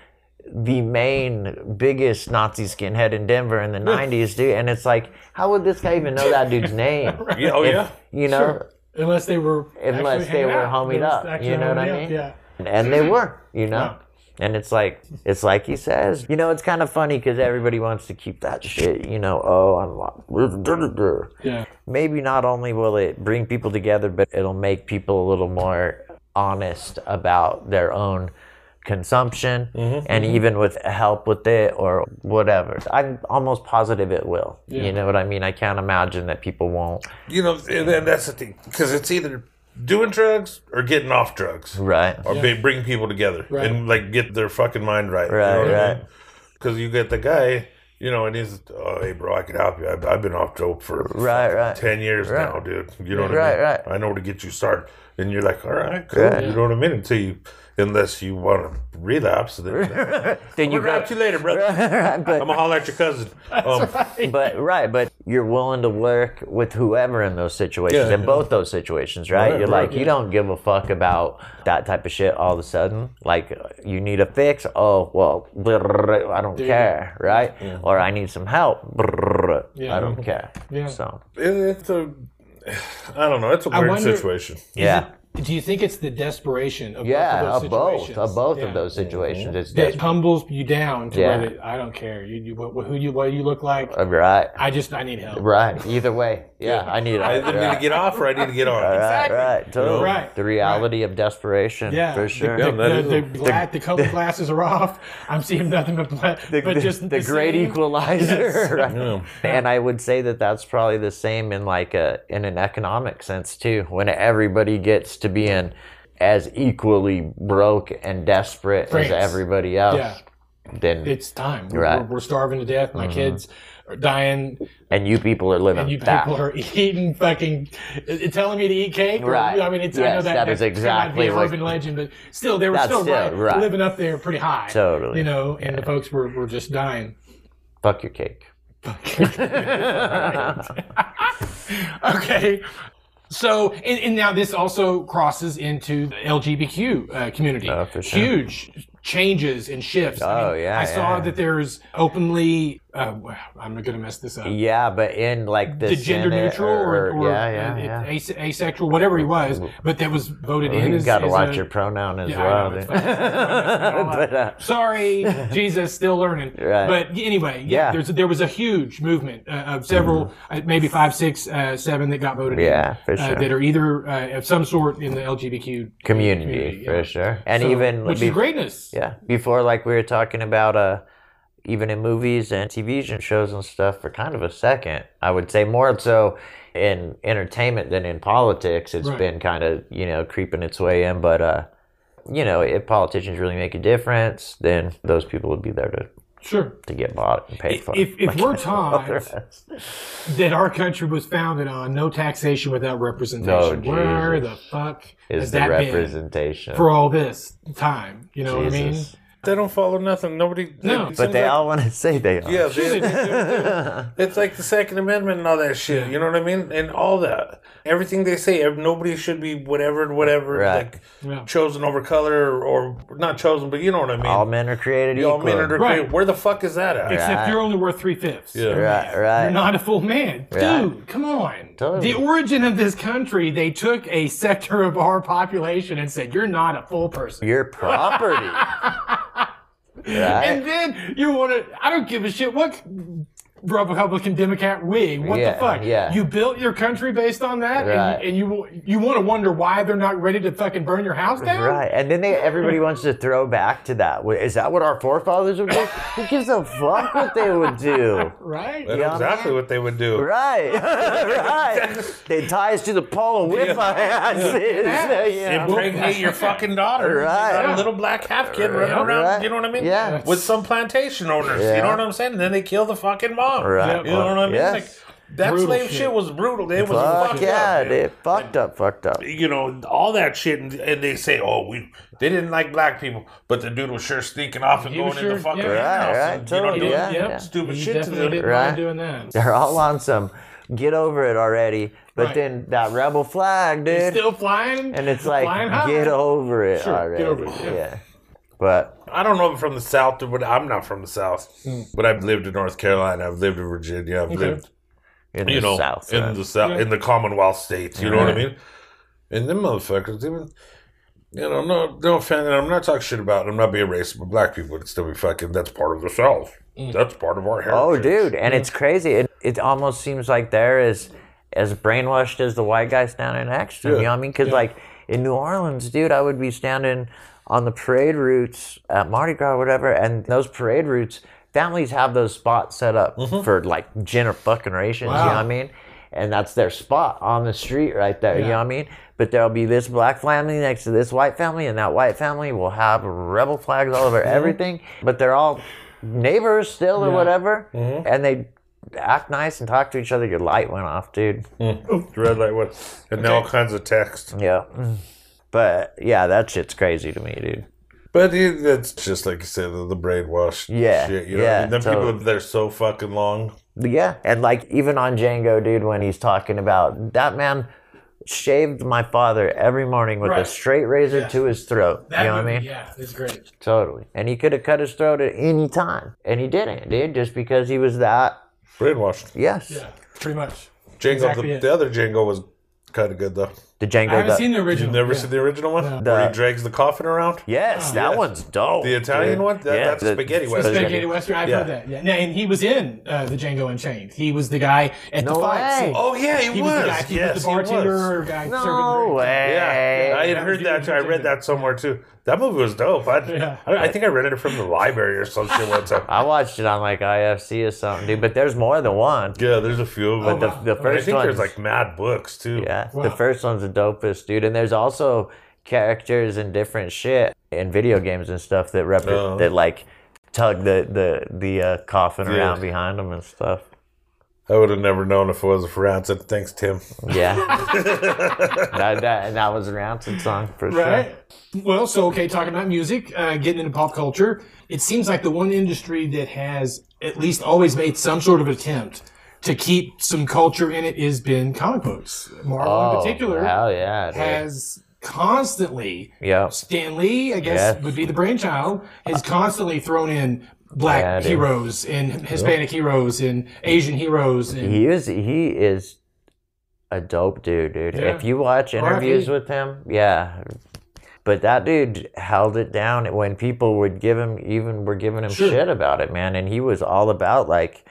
Speaker 3: the main biggest Nazi skinhead in Denver in the 90s, dude. And it's like, how would this guy even know that dude's name?
Speaker 4: Yeah, oh yeah.
Speaker 3: You know?
Speaker 2: Unless they were
Speaker 3: Unless
Speaker 2: actually
Speaker 3: they
Speaker 2: hanging
Speaker 3: were
Speaker 2: out.
Speaker 3: homied
Speaker 2: Unless
Speaker 3: up,
Speaker 2: they actually
Speaker 3: you know what
Speaker 2: homied
Speaker 3: I
Speaker 2: up,
Speaker 3: mean?
Speaker 2: Yeah.
Speaker 3: and
Speaker 4: Mm-hmm.
Speaker 3: they were, you know. And it's like it's like he says, you know, it's kind of funny because everybody wants to keep that shit, you know. Oh, I'm like,
Speaker 2: Yeah.
Speaker 3: Maybe not only will it bring people together, but it'll make people a little more honest about their own consumption, and even with help with it or whatever. I'm almost positive it will. You know what I mean? I can't imagine that people won't.
Speaker 4: You know, and, and that's the thing because it's either doing drugs or getting off drugs.
Speaker 3: Right.
Speaker 4: Or ba- bring people together and like get their fucking mind right.
Speaker 3: Right, right.
Speaker 4: Because you get the guy you know, and he's, oh, hey, bro, I can help you. I've, I've been off dope for
Speaker 3: Right, right.
Speaker 4: 10 years
Speaker 3: Right.
Speaker 4: now, dude. You know what I
Speaker 3: Right,
Speaker 4: mean?
Speaker 3: right.
Speaker 4: I know to get you started. And you're like, all right, cool. You know what I mean? Until you, unless you want to relapse, then
Speaker 3: Then you
Speaker 4: we'll
Speaker 3: go,
Speaker 4: grab you later, brother.
Speaker 3: but
Speaker 4: I'm going to holler at your cousin. Um,
Speaker 3: but right, but you're willing to work with whoever in those situations,
Speaker 4: Yeah,
Speaker 3: in
Speaker 4: yeah.
Speaker 3: both those situations, right?
Speaker 4: Right,
Speaker 3: you're
Speaker 4: right,
Speaker 3: like, you don't give a fuck about that type of shit all of a sudden. Like, uh, you need a fix. Oh, well, brrr, I don't care, right? Or I need some help. Brrr, I don't care.
Speaker 2: Yeah.
Speaker 3: So,
Speaker 4: it, it's a, I don't know. It's a
Speaker 2: I
Speaker 4: weird
Speaker 2: wonder-
Speaker 4: situation.
Speaker 3: yeah.
Speaker 2: Do you think it's the desperation of
Speaker 3: Yeah,
Speaker 2: both
Speaker 3: of
Speaker 2: of those
Speaker 3: both,
Speaker 2: situations?
Speaker 3: of both
Speaker 2: Yeah. Mm-hmm.
Speaker 3: of those situations. It's
Speaker 2: that
Speaker 3: just,
Speaker 2: humbles you down to
Speaker 3: Yeah. Uh,
Speaker 2: where that, I don't care you, you what, who you what you look like.
Speaker 3: right,
Speaker 2: I just I need help.
Speaker 3: right. Either way, yeah, I need it.
Speaker 4: I either need to get off or I need to get on.
Speaker 3: Right, right, totally.
Speaker 2: Right,
Speaker 3: The reality of desperation,
Speaker 2: Yeah,
Speaker 3: for
Speaker 2: the-
Speaker 3: sure.
Speaker 2: The,
Speaker 4: Yeah, that
Speaker 2: the,
Speaker 4: is
Speaker 2: the,
Speaker 4: a-
Speaker 2: gla- the colored glasses are off. I'm seeing nothing but black. but just
Speaker 3: the, great
Speaker 2: same-
Speaker 3: equalizer. right?
Speaker 4: Yeah.
Speaker 3: And I would say that that's probably the same in like a in an economic sense too. When everybody gets to being as equally broke and desperate
Speaker 2: Friends.
Speaker 3: as everybody else,
Speaker 2: Yeah,
Speaker 3: then
Speaker 2: it's time. We're,
Speaker 3: Right. Mm-hmm.
Speaker 2: we're, we're starving to death. My kids are dying,
Speaker 3: and you people are living
Speaker 2: and you
Speaker 3: that.
Speaker 2: people are eating fucking. You're telling me to eat cake. Or-
Speaker 3: Right.
Speaker 2: I mean, it's I know
Speaker 3: Yes,
Speaker 2: that,
Speaker 3: that is
Speaker 2: might
Speaker 3: exactly
Speaker 2: be an
Speaker 3: what-
Speaker 2: urban legend, but still, they were
Speaker 3: That's
Speaker 2: still,
Speaker 3: still
Speaker 2: right,
Speaker 3: right.
Speaker 2: living up there pretty high.
Speaker 3: Totally.
Speaker 2: You know, and the folks were, were just dying.
Speaker 3: Fuck your cake.
Speaker 2: okay. So, and, and now this also crosses into the LGBTQ uh, community.
Speaker 3: Oh, for sure.
Speaker 2: Huge changes and shifts.
Speaker 3: Oh, yeah,
Speaker 2: I saw
Speaker 3: yeah.
Speaker 2: that there's openly, uh, well, I'm going to mess this up.
Speaker 3: Yeah, but in like the
Speaker 2: The gender
Speaker 3: Senate
Speaker 2: neutral or, or
Speaker 3: yeah, yeah,
Speaker 2: uh,
Speaker 3: yeah.
Speaker 2: ase- asexual, whatever he was, but that was voted in.
Speaker 3: you
Speaker 2: as-
Speaker 3: got to
Speaker 2: as
Speaker 3: watch
Speaker 2: a-
Speaker 3: your pronoun as
Speaker 2: Yeah, I know,
Speaker 3: well. dude.
Speaker 2: it's fucking-
Speaker 3: but uh,
Speaker 2: Sorry, Jesus, still learning.
Speaker 3: Right.
Speaker 2: But anyway, yeah,
Speaker 3: Yeah. Mm-hmm.
Speaker 2: there's, there was a huge movement uh, of several, uh, maybe five, six, uh, seven that got voted in,
Speaker 3: Yeah, for
Speaker 2: uh,
Speaker 3: sure.
Speaker 2: that are either uh, of some sort in the LGBTQ
Speaker 3: community, for
Speaker 2: yeah.
Speaker 3: sure, and
Speaker 2: So-
Speaker 3: even
Speaker 2: which
Speaker 3: be-
Speaker 2: is greatness.
Speaker 3: Yeah. Before, like we were talking about, uh, even in movies and TV and shows and stuff, for kind of a second, I would say more so in entertainment than in politics. It's
Speaker 2: Right.
Speaker 3: been kind of you know creeping its way in, but uh, you know, if politicians really make a difference, then those people would be there to,
Speaker 2: Sure.
Speaker 3: to get bought and paid for.
Speaker 2: If, if we're
Speaker 3: All the
Speaker 2: taught
Speaker 3: rest.
Speaker 2: that our country was founded on no taxation without representation,
Speaker 3: No,
Speaker 2: where the
Speaker 3: Jesus.
Speaker 2: fuck has
Speaker 3: is the
Speaker 2: that been
Speaker 3: representation.
Speaker 2: for all this time? You know what I mean?
Speaker 3: Jesus.
Speaker 4: They don't follow nothing. Nobody.
Speaker 2: No.
Speaker 4: it
Speaker 3: But
Speaker 4: seems
Speaker 3: they
Speaker 4: like-
Speaker 3: all want to say they are.
Speaker 4: Yeah, they- it's like the Second Amendment and all that shit. You know what I mean? And all that, everything they say, ev- nobody should be whatever, whatever,
Speaker 3: Right.
Speaker 4: like
Speaker 2: Yeah.
Speaker 4: chosen over color or, or not chosen, but you know what I mean.
Speaker 3: All men are created
Speaker 4: Y'all
Speaker 3: equal.
Speaker 4: men are
Speaker 2: Right.
Speaker 4: Where the fuck is that at?
Speaker 2: Except you're only worth three fifths.
Speaker 3: right, right.
Speaker 2: You're not a full man.
Speaker 3: Yeah.
Speaker 2: Dude, come on.
Speaker 3: Totally.
Speaker 2: The origin of this country, they took a sector of our population and said, You're not a full person.
Speaker 3: your property.
Speaker 2: And
Speaker 3: right?
Speaker 2: then you want to, I don't give a shit what Republican Democrat wig. What
Speaker 3: Yeah,
Speaker 2: the fuck?
Speaker 3: yeah.
Speaker 2: You built your country based on that,
Speaker 3: Right.
Speaker 2: and, you, and you you want to wonder why they're not ready to fucking burn your house down?
Speaker 3: Right, and then they everybody wants to throw back to that. Wh- Is that what our forefathers would do? Who gives a fuck what they would do?
Speaker 2: Right?
Speaker 4: That's
Speaker 3: Yeah,
Speaker 4: exactly what they would do.
Speaker 3: Right, right. They tie us to the pole and whip our asses. you know.
Speaker 4: Impregnate your fucking daughter,
Speaker 3: Right.
Speaker 4: You got a little black half kid running
Speaker 3: Right.
Speaker 4: around. You know what I mean?
Speaker 3: Yeah.
Speaker 4: With some plantation owners, you
Speaker 3: Yeah.
Speaker 4: know what I'm saying? And then they kill the fucking mom.
Speaker 3: Right.
Speaker 4: You know what I mean?
Speaker 3: Yes.
Speaker 4: Like, that
Speaker 2: Brutal
Speaker 4: slave
Speaker 2: shit.
Speaker 4: shit. was brutal. It was
Speaker 3: Fuck
Speaker 4: fucked
Speaker 3: yeah,
Speaker 4: up, man.
Speaker 3: dude. Fucked up, fucked up.
Speaker 4: you know all that shit, and, and they say, "Oh, we they didn't like black people," but the dude was sure sneaking off and
Speaker 2: He
Speaker 4: going
Speaker 2: was
Speaker 4: in the
Speaker 2: sure-
Speaker 4: fucking
Speaker 2: yeah.
Speaker 4: house,
Speaker 3: Right, right,
Speaker 4: and, you know,
Speaker 3: totally,
Speaker 4: doing
Speaker 3: yeah,
Speaker 2: Yep.
Speaker 3: yeah.
Speaker 4: stupid
Speaker 2: You
Speaker 4: shit to
Speaker 2: definitely
Speaker 4: them.
Speaker 2: didn't
Speaker 3: Right.
Speaker 2: mind doing that.
Speaker 3: They're all on some get over it already. But
Speaker 2: Right.
Speaker 3: then that rebel flag, dude.
Speaker 2: Still flying?
Speaker 3: and it's
Speaker 2: flying
Speaker 3: like
Speaker 2: high.
Speaker 3: get over it already.
Speaker 2: get over it, yeah.
Speaker 3: yeah. But
Speaker 4: I don't know if I'm from the South, or what. I'm not from the South,
Speaker 2: Hmm.
Speaker 4: but I've lived in North Carolina. I've lived in Virginia. I've lived,
Speaker 3: in the
Speaker 4: you know,
Speaker 3: south.
Speaker 4: in
Speaker 3: uh,
Speaker 4: the South, in the Commonwealth states. You know what I mean? And them motherfuckers, even you know, no, no offense. and I'm not talking shit about. I'm not being racist, but black people would still be fucking. That's part of the South.
Speaker 2: Hmm.
Speaker 4: That's part of our heritage.
Speaker 3: oh, dude, and it's crazy. It, it almost seems like they're as as brainwashed as the white guys down in Axton. You know what I mean? Because like in New Orleans, dude, I would be standing on the parade routes at Mardi Gras, or whatever, and those parade routes. Families have those spots set up for like gener fucking rations. You know what I mean? And that's their spot on the street right there. You know what I mean? But there'll be this black family next to this white family, and that white family will have rebel flags all over everything. But they're all neighbors still or
Speaker 2: Mm-hmm. Yeah. Mm-hmm.
Speaker 3: whatever, and they act nice and talk to each other. Your light went off, dude.
Speaker 4: The red light one. And now all kinds of text.
Speaker 3: Yeah.
Speaker 2: Mm.
Speaker 3: But yeah, that shit's crazy to me, dude.
Speaker 4: But it, it's just like you said, the, the brainwash
Speaker 3: Yeah,
Speaker 4: shit. You know what
Speaker 3: yeah,
Speaker 4: I mean? Them
Speaker 3: totally.
Speaker 4: people, they're so fucking long.
Speaker 3: Yeah, and like even on Django, dude, when he's talking about that man shaved my father every morning with a
Speaker 2: Right.
Speaker 3: straight razor
Speaker 2: Yeah.
Speaker 3: to his throat.
Speaker 2: That
Speaker 3: you know
Speaker 2: movie,
Speaker 3: what I mean?
Speaker 2: yeah, it's great.
Speaker 3: Totally. And he could have cut his throat at any time, and he didn't, dude, just because he was that.
Speaker 4: Brainwashed.
Speaker 3: Yes,
Speaker 2: Yeah, pretty much.
Speaker 4: Django,
Speaker 2: Exactly
Speaker 4: the,
Speaker 2: it.
Speaker 4: the other Django was kind of good, though.
Speaker 3: the Django.
Speaker 2: I haven't
Speaker 3: the-
Speaker 2: seen the
Speaker 4: You've
Speaker 2: original.
Speaker 4: never
Speaker 2: yeah.
Speaker 4: seen the original one?
Speaker 2: No.
Speaker 4: Where
Speaker 3: The-
Speaker 4: he drags the coffin around?
Speaker 2: Oh,
Speaker 3: Yes, that
Speaker 4: yeah.
Speaker 3: one's dope.
Speaker 4: The Italian
Speaker 3: dude.
Speaker 4: one? That- that's spaghetti western.
Speaker 2: Spaghetti Western. I've
Speaker 4: Yeah.
Speaker 2: heard that. Yeah, No, and he was in uh, the Django Unchained. He was the guy at
Speaker 3: No
Speaker 2: the fight.
Speaker 3: way.
Speaker 2: scene.
Speaker 4: Oh, yeah, he,
Speaker 2: he was,
Speaker 4: was.
Speaker 2: the guy. He
Speaker 4: yes,
Speaker 2: was the
Speaker 4: he
Speaker 2: bartender
Speaker 4: was.
Speaker 2: or guy serving
Speaker 3: No
Speaker 2: drinks.
Speaker 3: way.
Speaker 4: Yeah, I had
Speaker 2: That
Speaker 4: heard
Speaker 2: was
Speaker 4: that too. I read that somewhere too. That movie was dope. I,
Speaker 2: Yeah.
Speaker 4: I, I think I rented it from the library or some shit one time.
Speaker 3: I watched it on like IFC or something, dude. But there's more than one.
Speaker 4: Yeah, there's a few of them.
Speaker 3: But the, the
Speaker 4: And I
Speaker 3: first
Speaker 4: think
Speaker 3: one,
Speaker 4: there's like mad books too.
Speaker 3: yeah,
Speaker 2: Wow.
Speaker 3: the first one's the dopest, dude. And there's also characters and different shit in video games and stuff that rep-
Speaker 4: Oh.
Speaker 3: that like tug the the the uh, coffin
Speaker 4: Yeah.
Speaker 3: around behind them and stuff.
Speaker 4: I would have never known if it wasn't for Anson. Thanks, Tim.
Speaker 3: Yeah, that, that and that was a Rancid song for
Speaker 2: Right.
Speaker 3: sure.
Speaker 2: Well, so okay, talking about music, uh, getting into pop culture, it seems like the one industry that has at least always made some sort of attempt to keep some culture in it has been comic books. Marvel in
Speaker 3: Oh,
Speaker 2: particular
Speaker 3: hell yeah, dude.
Speaker 2: has constantly
Speaker 3: Yep.
Speaker 2: Stan Lee, I guess,
Speaker 3: Yeah.
Speaker 2: would be the brainchild, has constantly thrown in black
Speaker 3: Yeah, dude.
Speaker 2: heroes and Hispanic heroes and Asian heroes and
Speaker 3: He is he is a dope dude, dude.
Speaker 2: Yeah.
Speaker 3: If you watch interviews with him, yeah. But that dude held it down when people would give him even were giving him
Speaker 2: Sure.
Speaker 3: shit about it, man. And he was all about like,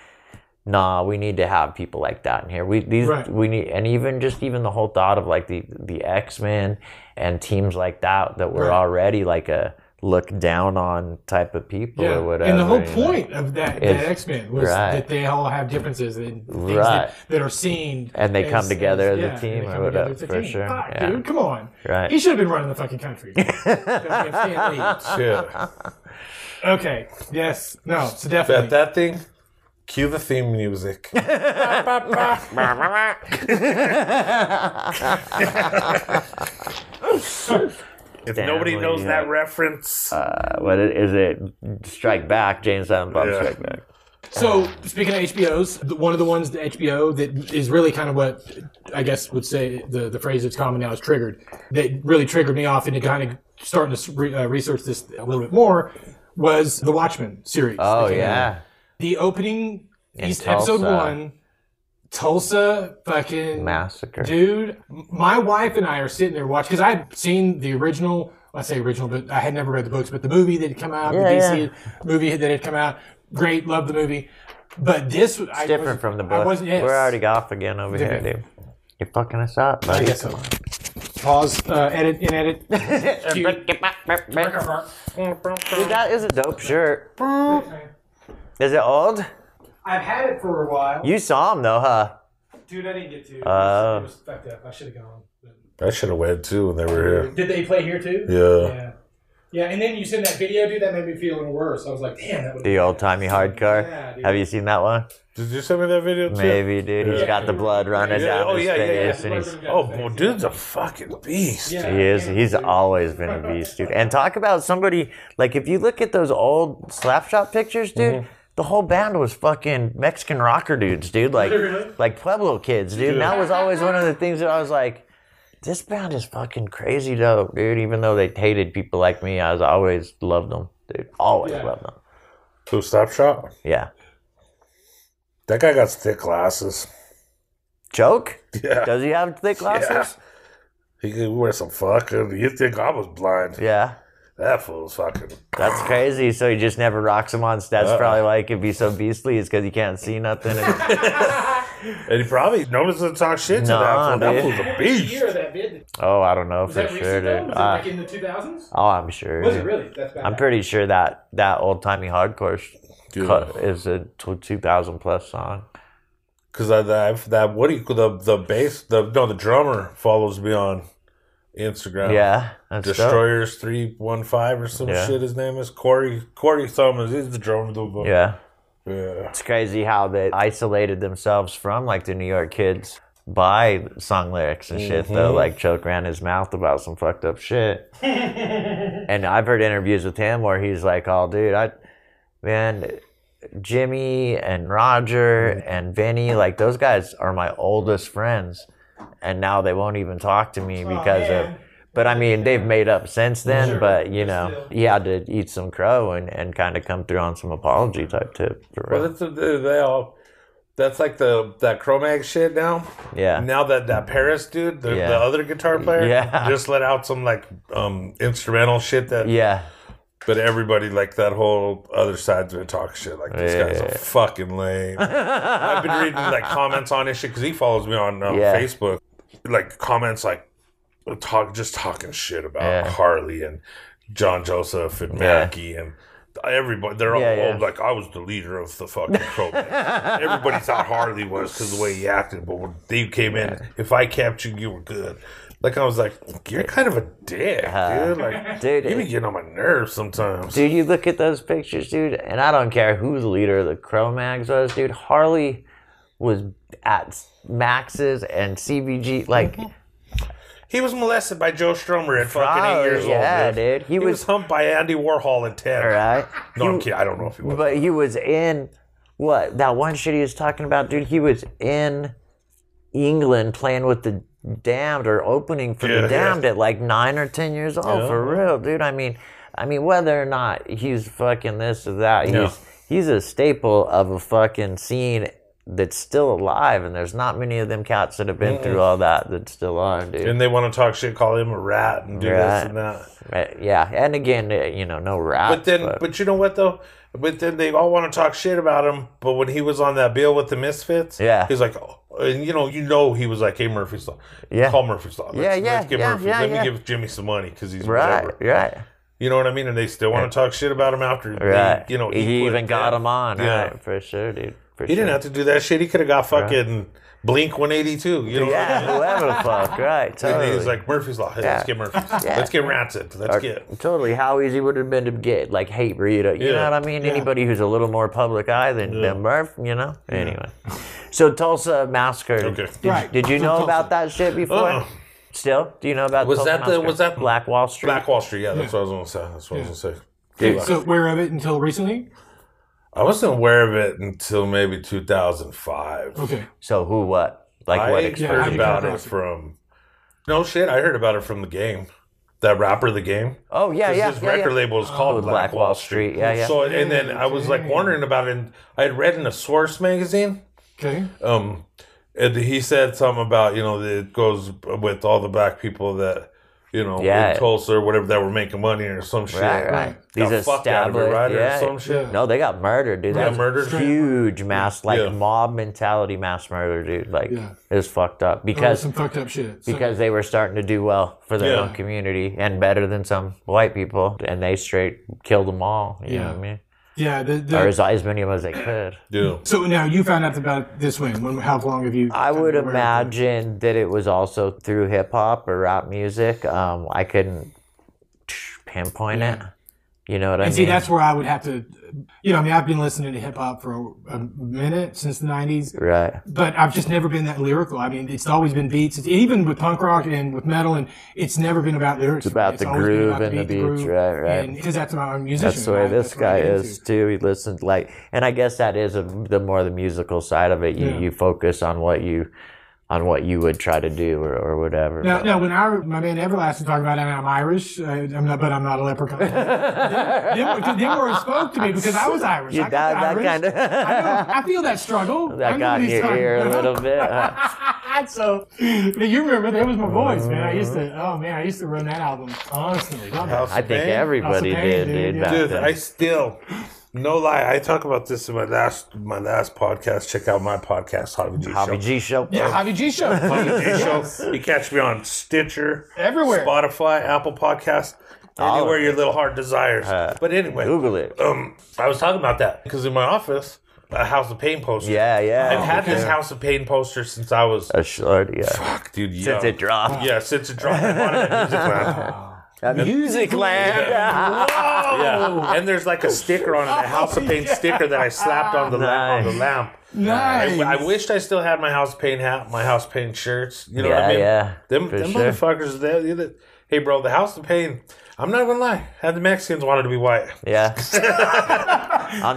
Speaker 3: nah, we need to have people like that in here. We these
Speaker 2: Right.
Speaker 3: we need and even just even the whole thought of like the the X Men and teams like that that were
Speaker 2: Right.
Speaker 3: already like a look down on type of people
Speaker 2: Yeah,
Speaker 3: or whatever.
Speaker 2: and the whole
Speaker 3: you know?
Speaker 2: point of that,
Speaker 3: Is-
Speaker 2: that X Men was
Speaker 3: right.
Speaker 2: that they all have differences and things
Speaker 3: Right.
Speaker 2: that, that are seen,
Speaker 3: And they come together as a
Speaker 2: yeah,
Speaker 3: team
Speaker 2: and they
Speaker 3: or
Speaker 2: come
Speaker 3: whatever,
Speaker 2: together as a
Speaker 3: for
Speaker 2: team.
Speaker 3: sure,
Speaker 2: Fuck,
Speaker 3: yeah.
Speaker 2: dude, come on.
Speaker 3: Right.
Speaker 2: He should have been running the fucking country. Goddamn Stan
Speaker 4: Shit.
Speaker 2: Lee. okay. Yes. No. So definitely.
Speaker 4: that that thing. Cue the theme music. if nobody
Speaker 3: Stanley,
Speaker 4: knows
Speaker 3: yeah.
Speaker 4: that reference,
Speaker 3: What it- is it? Strike back, James Silent Bob.
Speaker 4: Yeah.
Speaker 3: Strike back.
Speaker 2: So speaking of HBOs, the- one of the ones the HBO that is really kind of what I guess would say the the phrase that's common now is triggered. That really triggered me off into kind of starting to s- re- uh, research this a little bit more was the Watchmen series.
Speaker 3: Oh
Speaker 2: that came out.
Speaker 3: yeah,
Speaker 2: the opening is episode
Speaker 3: Tulsa.
Speaker 2: one tulsa fucking
Speaker 3: massacre.
Speaker 2: dude m- my wife and i are sitting there watching because i'd seen the original i say original but i had never read the books but the movie that had come out the
Speaker 3: Yeah,
Speaker 2: dc movie that had come out great loved the movie but this was I wasn't-
Speaker 3: Different from the
Speaker 2: I
Speaker 3: book.
Speaker 2: wasn't, yes.
Speaker 3: We're already off again over here,
Speaker 2: Okay.
Speaker 3: dude. You're fucking us up,
Speaker 2: I
Speaker 3: buddy.
Speaker 2: guess so. pause uh, edit and edit Cute.
Speaker 3: dude, that is a dope shirt. Is it old?
Speaker 2: i've had it for a while
Speaker 3: You saw him though, huh?
Speaker 2: dude i didn't get to
Speaker 3: Oh.
Speaker 2: it was fucked up i should have gone but-
Speaker 4: I should have waited too when they were
Speaker 2: Did they play here too?
Speaker 4: Yeah.
Speaker 2: Yeah. Yeah, and then you sent that video, dude. That made me feel even worse. I was like, damn, that would.
Speaker 3: The old timey hardcore.
Speaker 2: Yeah, dude.
Speaker 3: Have you seen that one?
Speaker 4: here. Did you send me that video too?
Speaker 3: Maybe, dude. He's
Speaker 4: Yeah.
Speaker 3: got the blood running
Speaker 4: Yeah,
Speaker 3: down
Speaker 4: oh,
Speaker 3: his
Speaker 4: yeah, yeah, yeah.
Speaker 3: face, and he's
Speaker 4: Oh, well, dude's a fucking beast.
Speaker 2: Yeah.
Speaker 3: He is. He's always been a beast, dude. And talk about somebody like if you look at those old slapshot pictures, dude. The whole band was fucking Mexican rocker dudes, dude. Like
Speaker 2: Really?
Speaker 3: like Pueblo kids, dude. And that was always one of the things that I was like, this band is fucking crazy dope, dude. Even though they hated people like me, I was always loved them, dude. Always
Speaker 2: Yeah.
Speaker 3: loved them.
Speaker 4: So stop shop.
Speaker 3: Yeah.
Speaker 4: That guy got thick glasses.
Speaker 3: Joke?
Speaker 4: Yeah.
Speaker 3: Does he have thick glasses?
Speaker 4: He could wear some fucking. You think I was blind?
Speaker 3: Yeah.
Speaker 4: That fool's fucking.
Speaker 3: That's crazy. So he just never rocks them on. That's
Speaker 4: Uh-uh.
Speaker 3: probably why he could be so beastly, is because he can't see nothing. And-
Speaker 4: And he probably noticed to talk shit to
Speaker 3: Nah,
Speaker 4: that fool.
Speaker 3: dude.
Speaker 4: That fool's a beast.
Speaker 2: of that bid?
Speaker 3: Oh, I don't know
Speaker 2: Was
Speaker 3: for
Speaker 2: that
Speaker 3: sure,
Speaker 2: recent
Speaker 3: dude.
Speaker 2: though? Was it
Speaker 3: Uh,
Speaker 2: like in the 2000s?
Speaker 3: oh, I'm sure.
Speaker 2: Was it
Speaker 3: dude.
Speaker 2: really? That's bad.
Speaker 3: I'm pretty sure that that old timey hardcore sh- cut is a tw 2000 plus song.
Speaker 4: Because I, that, that Woody, the the bass, the no, the drummer follows me on Instagram.
Speaker 3: yeah, that's dope.
Speaker 4: Destroyers three one five or some
Speaker 3: Yeah.
Speaker 4: shit. His name is Corey Corey Thomas. He's the drone of the book.
Speaker 3: Yeah.
Speaker 4: yeah.
Speaker 3: It's crazy how they isolated themselves from like the New York kids by song lyrics and shit though. Like Choke ran his mouth about some fucked up shit. and I've heard interviews with him where he's like, Oh dude, I man, Jimmy and Roger and Vinny, like those guys are my oldest friends. And now they won't even talk to me because of but I mean, they've made up since then. But you know, he had to eat some crow and, and kind of come through on some apology type tip. For
Speaker 4: Well,
Speaker 3: real.
Speaker 4: that's the- uh, they all. That's like the that Cro-Mag shit now.
Speaker 3: Yeah.
Speaker 4: Now that that Paris dude, the,
Speaker 3: Yeah.
Speaker 4: the other guitar player,
Speaker 3: Yeah.
Speaker 4: just let out some like um instrumental shit that.
Speaker 3: yeah.
Speaker 4: But everybody like that whole other side's been talking shit like this guy's
Speaker 3: Yeah.
Speaker 4: a fucking lame. I've been reading like comments on his shit because he follows me on um,
Speaker 3: Yeah.
Speaker 4: Facebook. Like comments like talk just talking shit about
Speaker 3: Yeah.
Speaker 4: Harley and John Joseph and
Speaker 3: Yeah.
Speaker 4: Mackie and everybody. They're all,
Speaker 3: Yeah, yeah.
Speaker 4: all like I was the leader of the fucking crow. band." everybody thought Harley was because the way he acted, but when they came in, if I kept you, you were good. Like I was like, you're kind of a dick,
Speaker 3: Uh-huh.
Speaker 4: dude. Like,
Speaker 3: dude,
Speaker 4: you be
Speaker 3: it-
Speaker 4: getting on my nerves sometimes.
Speaker 3: Dude, you look at those pictures, dude, and I don't care who the leader of the Cro-Mags was, dude. Harley was at Max's and CBG, like
Speaker 4: He was molested by Joe Strummer at fucking
Speaker 3: Probably,
Speaker 4: eight years
Speaker 3: oh, yeah,
Speaker 4: old.
Speaker 3: dude. He
Speaker 4: He, was,
Speaker 3: was-
Speaker 4: humped by Andy Warhol at ten.
Speaker 3: all right.
Speaker 4: No, I'm kidding. I don't know if he was.
Speaker 3: But he was in what that one shit he was talking about, dude. He was in England playing with the Damned or opening for
Speaker 4: Yeah,
Speaker 3: the
Speaker 4: yeah.
Speaker 3: Damned at like nine or ten years old. For real, dude. I mean, I mean, whether or not he's fucking this or that, he's he's a staple of a fucking scene that's still alive, and there's not many of them cats that have been through all that that still are, dude.
Speaker 4: And they want to talk shit, call him a rat, and do this
Speaker 3: Rat.
Speaker 4: and that.
Speaker 3: Right, Eh, yeah, and again, eh, you know, no rap.
Speaker 4: But then, but, you know what though? But then they all want to talk shit about him. But when he was on that bill with the Misfits,
Speaker 3: Yeah.
Speaker 4: he's like, oh, and you know, you know, he was like, hey, Murphy's Law,
Speaker 3: Yeah.
Speaker 4: call Murphy's Law,
Speaker 3: Yeah, yeah,
Speaker 4: give
Speaker 3: yeah, yeah,
Speaker 4: let
Speaker 3: yeah.
Speaker 4: me give Jimmy some money because he's
Speaker 3: right,
Speaker 4: whatever.
Speaker 3: right.
Speaker 4: You know what I mean? And they still want to talk shit about him after, they,
Speaker 3: Right.
Speaker 4: you know,
Speaker 3: he
Speaker 4: equal
Speaker 3: even
Speaker 4: it
Speaker 3: got
Speaker 4: down.
Speaker 3: him on.
Speaker 4: Yeah.
Speaker 3: Right. For sure, dude. For
Speaker 4: He
Speaker 3: sure.
Speaker 4: didn't have to do that shit. He could have got fucking Blink 182. You know?
Speaker 3: Yeah, whoever the fuck. Right.
Speaker 4: And
Speaker 3: Totally.
Speaker 4: he was like, Murphy's Law. Hey, Let's
Speaker 3: Yeah.
Speaker 4: get Murphy's. Let's get Rancid. Let's get.
Speaker 3: Totally. How easy would it have been to get, like, hate Rita? You
Speaker 4: Yeah.
Speaker 3: know what I mean? Anybody who's a little more public eye than, than Murph, you know? Anyway. So, Tulsa Massacre.
Speaker 4: Okay.
Speaker 3: Did,
Speaker 2: Right.
Speaker 3: did you know about that shit before?
Speaker 4: Uh-uh.
Speaker 3: Still? Do you know about
Speaker 4: Was
Speaker 3: Tulsa
Speaker 4: that the-
Speaker 3: Massacre?
Speaker 4: was that-
Speaker 3: Black Wall Street?
Speaker 4: Black Wall Street. Yeah, that's what I was going to say. That's what I was going to say.
Speaker 2: Okay, so aware of it until recently?
Speaker 4: I wasn't aware of it until maybe 2005.
Speaker 2: Okay.
Speaker 3: So, who, what? Like,
Speaker 4: I
Speaker 2: Yeah, I
Speaker 3: what
Speaker 4: heard
Speaker 2: did
Speaker 3: experience?
Speaker 4: about
Speaker 2: kinda
Speaker 4: it
Speaker 2: like it.
Speaker 4: from. No shit. I heard about it from the game. That rapper, the game.
Speaker 3: Oh, yeah, yeah.
Speaker 4: his
Speaker 3: yeah,
Speaker 4: record
Speaker 3: yeah.
Speaker 4: label is called
Speaker 3: Black
Speaker 4: Black
Speaker 3: Wall
Speaker 4: Wall
Speaker 3: Street.
Speaker 4: Street.
Speaker 3: Yeah, yeah.
Speaker 4: So and then I was like wondering about it. And I had read in a Source magazine.
Speaker 2: Okay.
Speaker 4: um and he said something about you know that it goes with all the black people that you know
Speaker 3: Yeah.
Speaker 4: in Tulsa or whatever that were making money or some shit.
Speaker 3: Right, right.
Speaker 4: Got
Speaker 3: These
Speaker 4: fucked out of it,
Speaker 3: established-
Speaker 4: right?
Speaker 3: yeah.
Speaker 4: Or some shit.
Speaker 3: No, they got murdered, dude.
Speaker 4: Yeah,
Speaker 3: That's
Speaker 4: murdered.
Speaker 3: Huge mass, like
Speaker 4: Yeah.
Speaker 3: mob mentality mass murder, dude. Like,
Speaker 2: Yeah.
Speaker 3: it was fucked up
Speaker 2: That was
Speaker 3: because
Speaker 2: some fucked up shit. So-
Speaker 3: because they were starting to do well for their
Speaker 4: Yeah.
Speaker 3: own community and better than some white people, and they straight killed them all. You know
Speaker 2: Yeah.
Speaker 3: what I mean?
Speaker 2: yeah. The, the-
Speaker 3: Or as, as many of them as they could.
Speaker 4: Yeah.
Speaker 2: so now you found out about this when? when how long have you?
Speaker 3: I would
Speaker 2: been aware of it?
Speaker 3: imagine that it was also through hip hop or rap music. Um, I couldn't pinpoint it. You know what I
Speaker 2: And
Speaker 3: mean?
Speaker 2: see, that's where I would have to, you know, I mean, I've been listening to hip hop for a, a minute since the '90s,
Speaker 3: right.
Speaker 2: but I've just never been that lyrical. I mean, it's always been beats. It's, even with punk rock and with metal, and it's never been about lyrics. It's
Speaker 3: about the
Speaker 2: always been
Speaker 3: groove
Speaker 2: about
Speaker 3: and the beats, right, right.
Speaker 2: Because that's my own musician.
Speaker 3: That's the way
Speaker 2: right?
Speaker 3: this
Speaker 2: what I
Speaker 3: guy
Speaker 2: get into.
Speaker 3: is too. He listens like, and I guess that is a, the more the musical side of it. You, you focus on what you, on what you would try to do or, or whatever.
Speaker 2: Now, now when I, my man Everlast was talking about it, and I'm Irish, I, I'm not, but I'm not a leprechaun. them, them, them words spoke to me because I was Irish.
Speaker 3: You
Speaker 2: I
Speaker 3: that-
Speaker 2: got
Speaker 3: that
Speaker 2: Irish.
Speaker 3: kind of-
Speaker 2: I, know, I feel that struggle. I know
Speaker 3: that
Speaker 2: what
Speaker 3: got in
Speaker 2: he's
Speaker 3: your
Speaker 2: talking
Speaker 3: ear a
Speaker 2: about.
Speaker 3: little bit. huh?
Speaker 2: so you remember that was my voice, man. I used to, oh man, I used to run that album constantly.
Speaker 4: House
Speaker 3: I
Speaker 4: of
Speaker 3: think
Speaker 4: Pain?
Speaker 3: everybody
Speaker 2: That's amazing,
Speaker 3: did, dude.
Speaker 2: dude.
Speaker 3: back
Speaker 4: Dude,
Speaker 3: then.
Speaker 4: I still, no lie, I talk about this in my last my last podcast. Check out my podcast, Hobby G
Speaker 3: Hobby
Speaker 4: Show.
Speaker 3: G show.
Speaker 2: Yeah, Javi G show.
Speaker 4: Hobby G Show. You catch me on Stitcher,
Speaker 2: Everywhere.
Speaker 4: Spotify, Apple Podcasts,
Speaker 3: of
Speaker 4: anywhere
Speaker 3: it. Uh,
Speaker 4: your little heart desires. but anyway,
Speaker 3: Google it.
Speaker 4: um, I was talking about that because in my office, a House of Pain poster.
Speaker 3: Yeah, yeah. Uh,
Speaker 4: I've had this House of Pain poster since I was
Speaker 3: a short, yeah.
Speaker 4: fuck, dude.
Speaker 3: Since
Speaker 4: young.
Speaker 3: it dropped.
Speaker 4: Yeah, since it dropped. I bought it
Speaker 3: At
Speaker 4: at Music Land.
Speaker 3: Music Land.
Speaker 2: Oh.
Speaker 4: Yeah, and there's like a sticker on it, a House of Pain sticker that I slapped on the lamp on
Speaker 3: Nice.
Speaker 4: the lamp.
Speaker 2: Nice.
Speaker 4: I wished I still had my House of Pain hat, my House of Pain shirts. You know what
Speaker 3: Yeah,
Speaker 4: I mean?
Speaker 3: yeah,
Speaker 4: Them,
Speaker 3: for
Speaker 4: them
Speaker 3: sure.
Speaker 4: motherfuckers. They, they- hey, bro, the House of Pain. I'm not gonna lie. Had the Mexicans wanted to be white.
Speaker 3: Yeah. on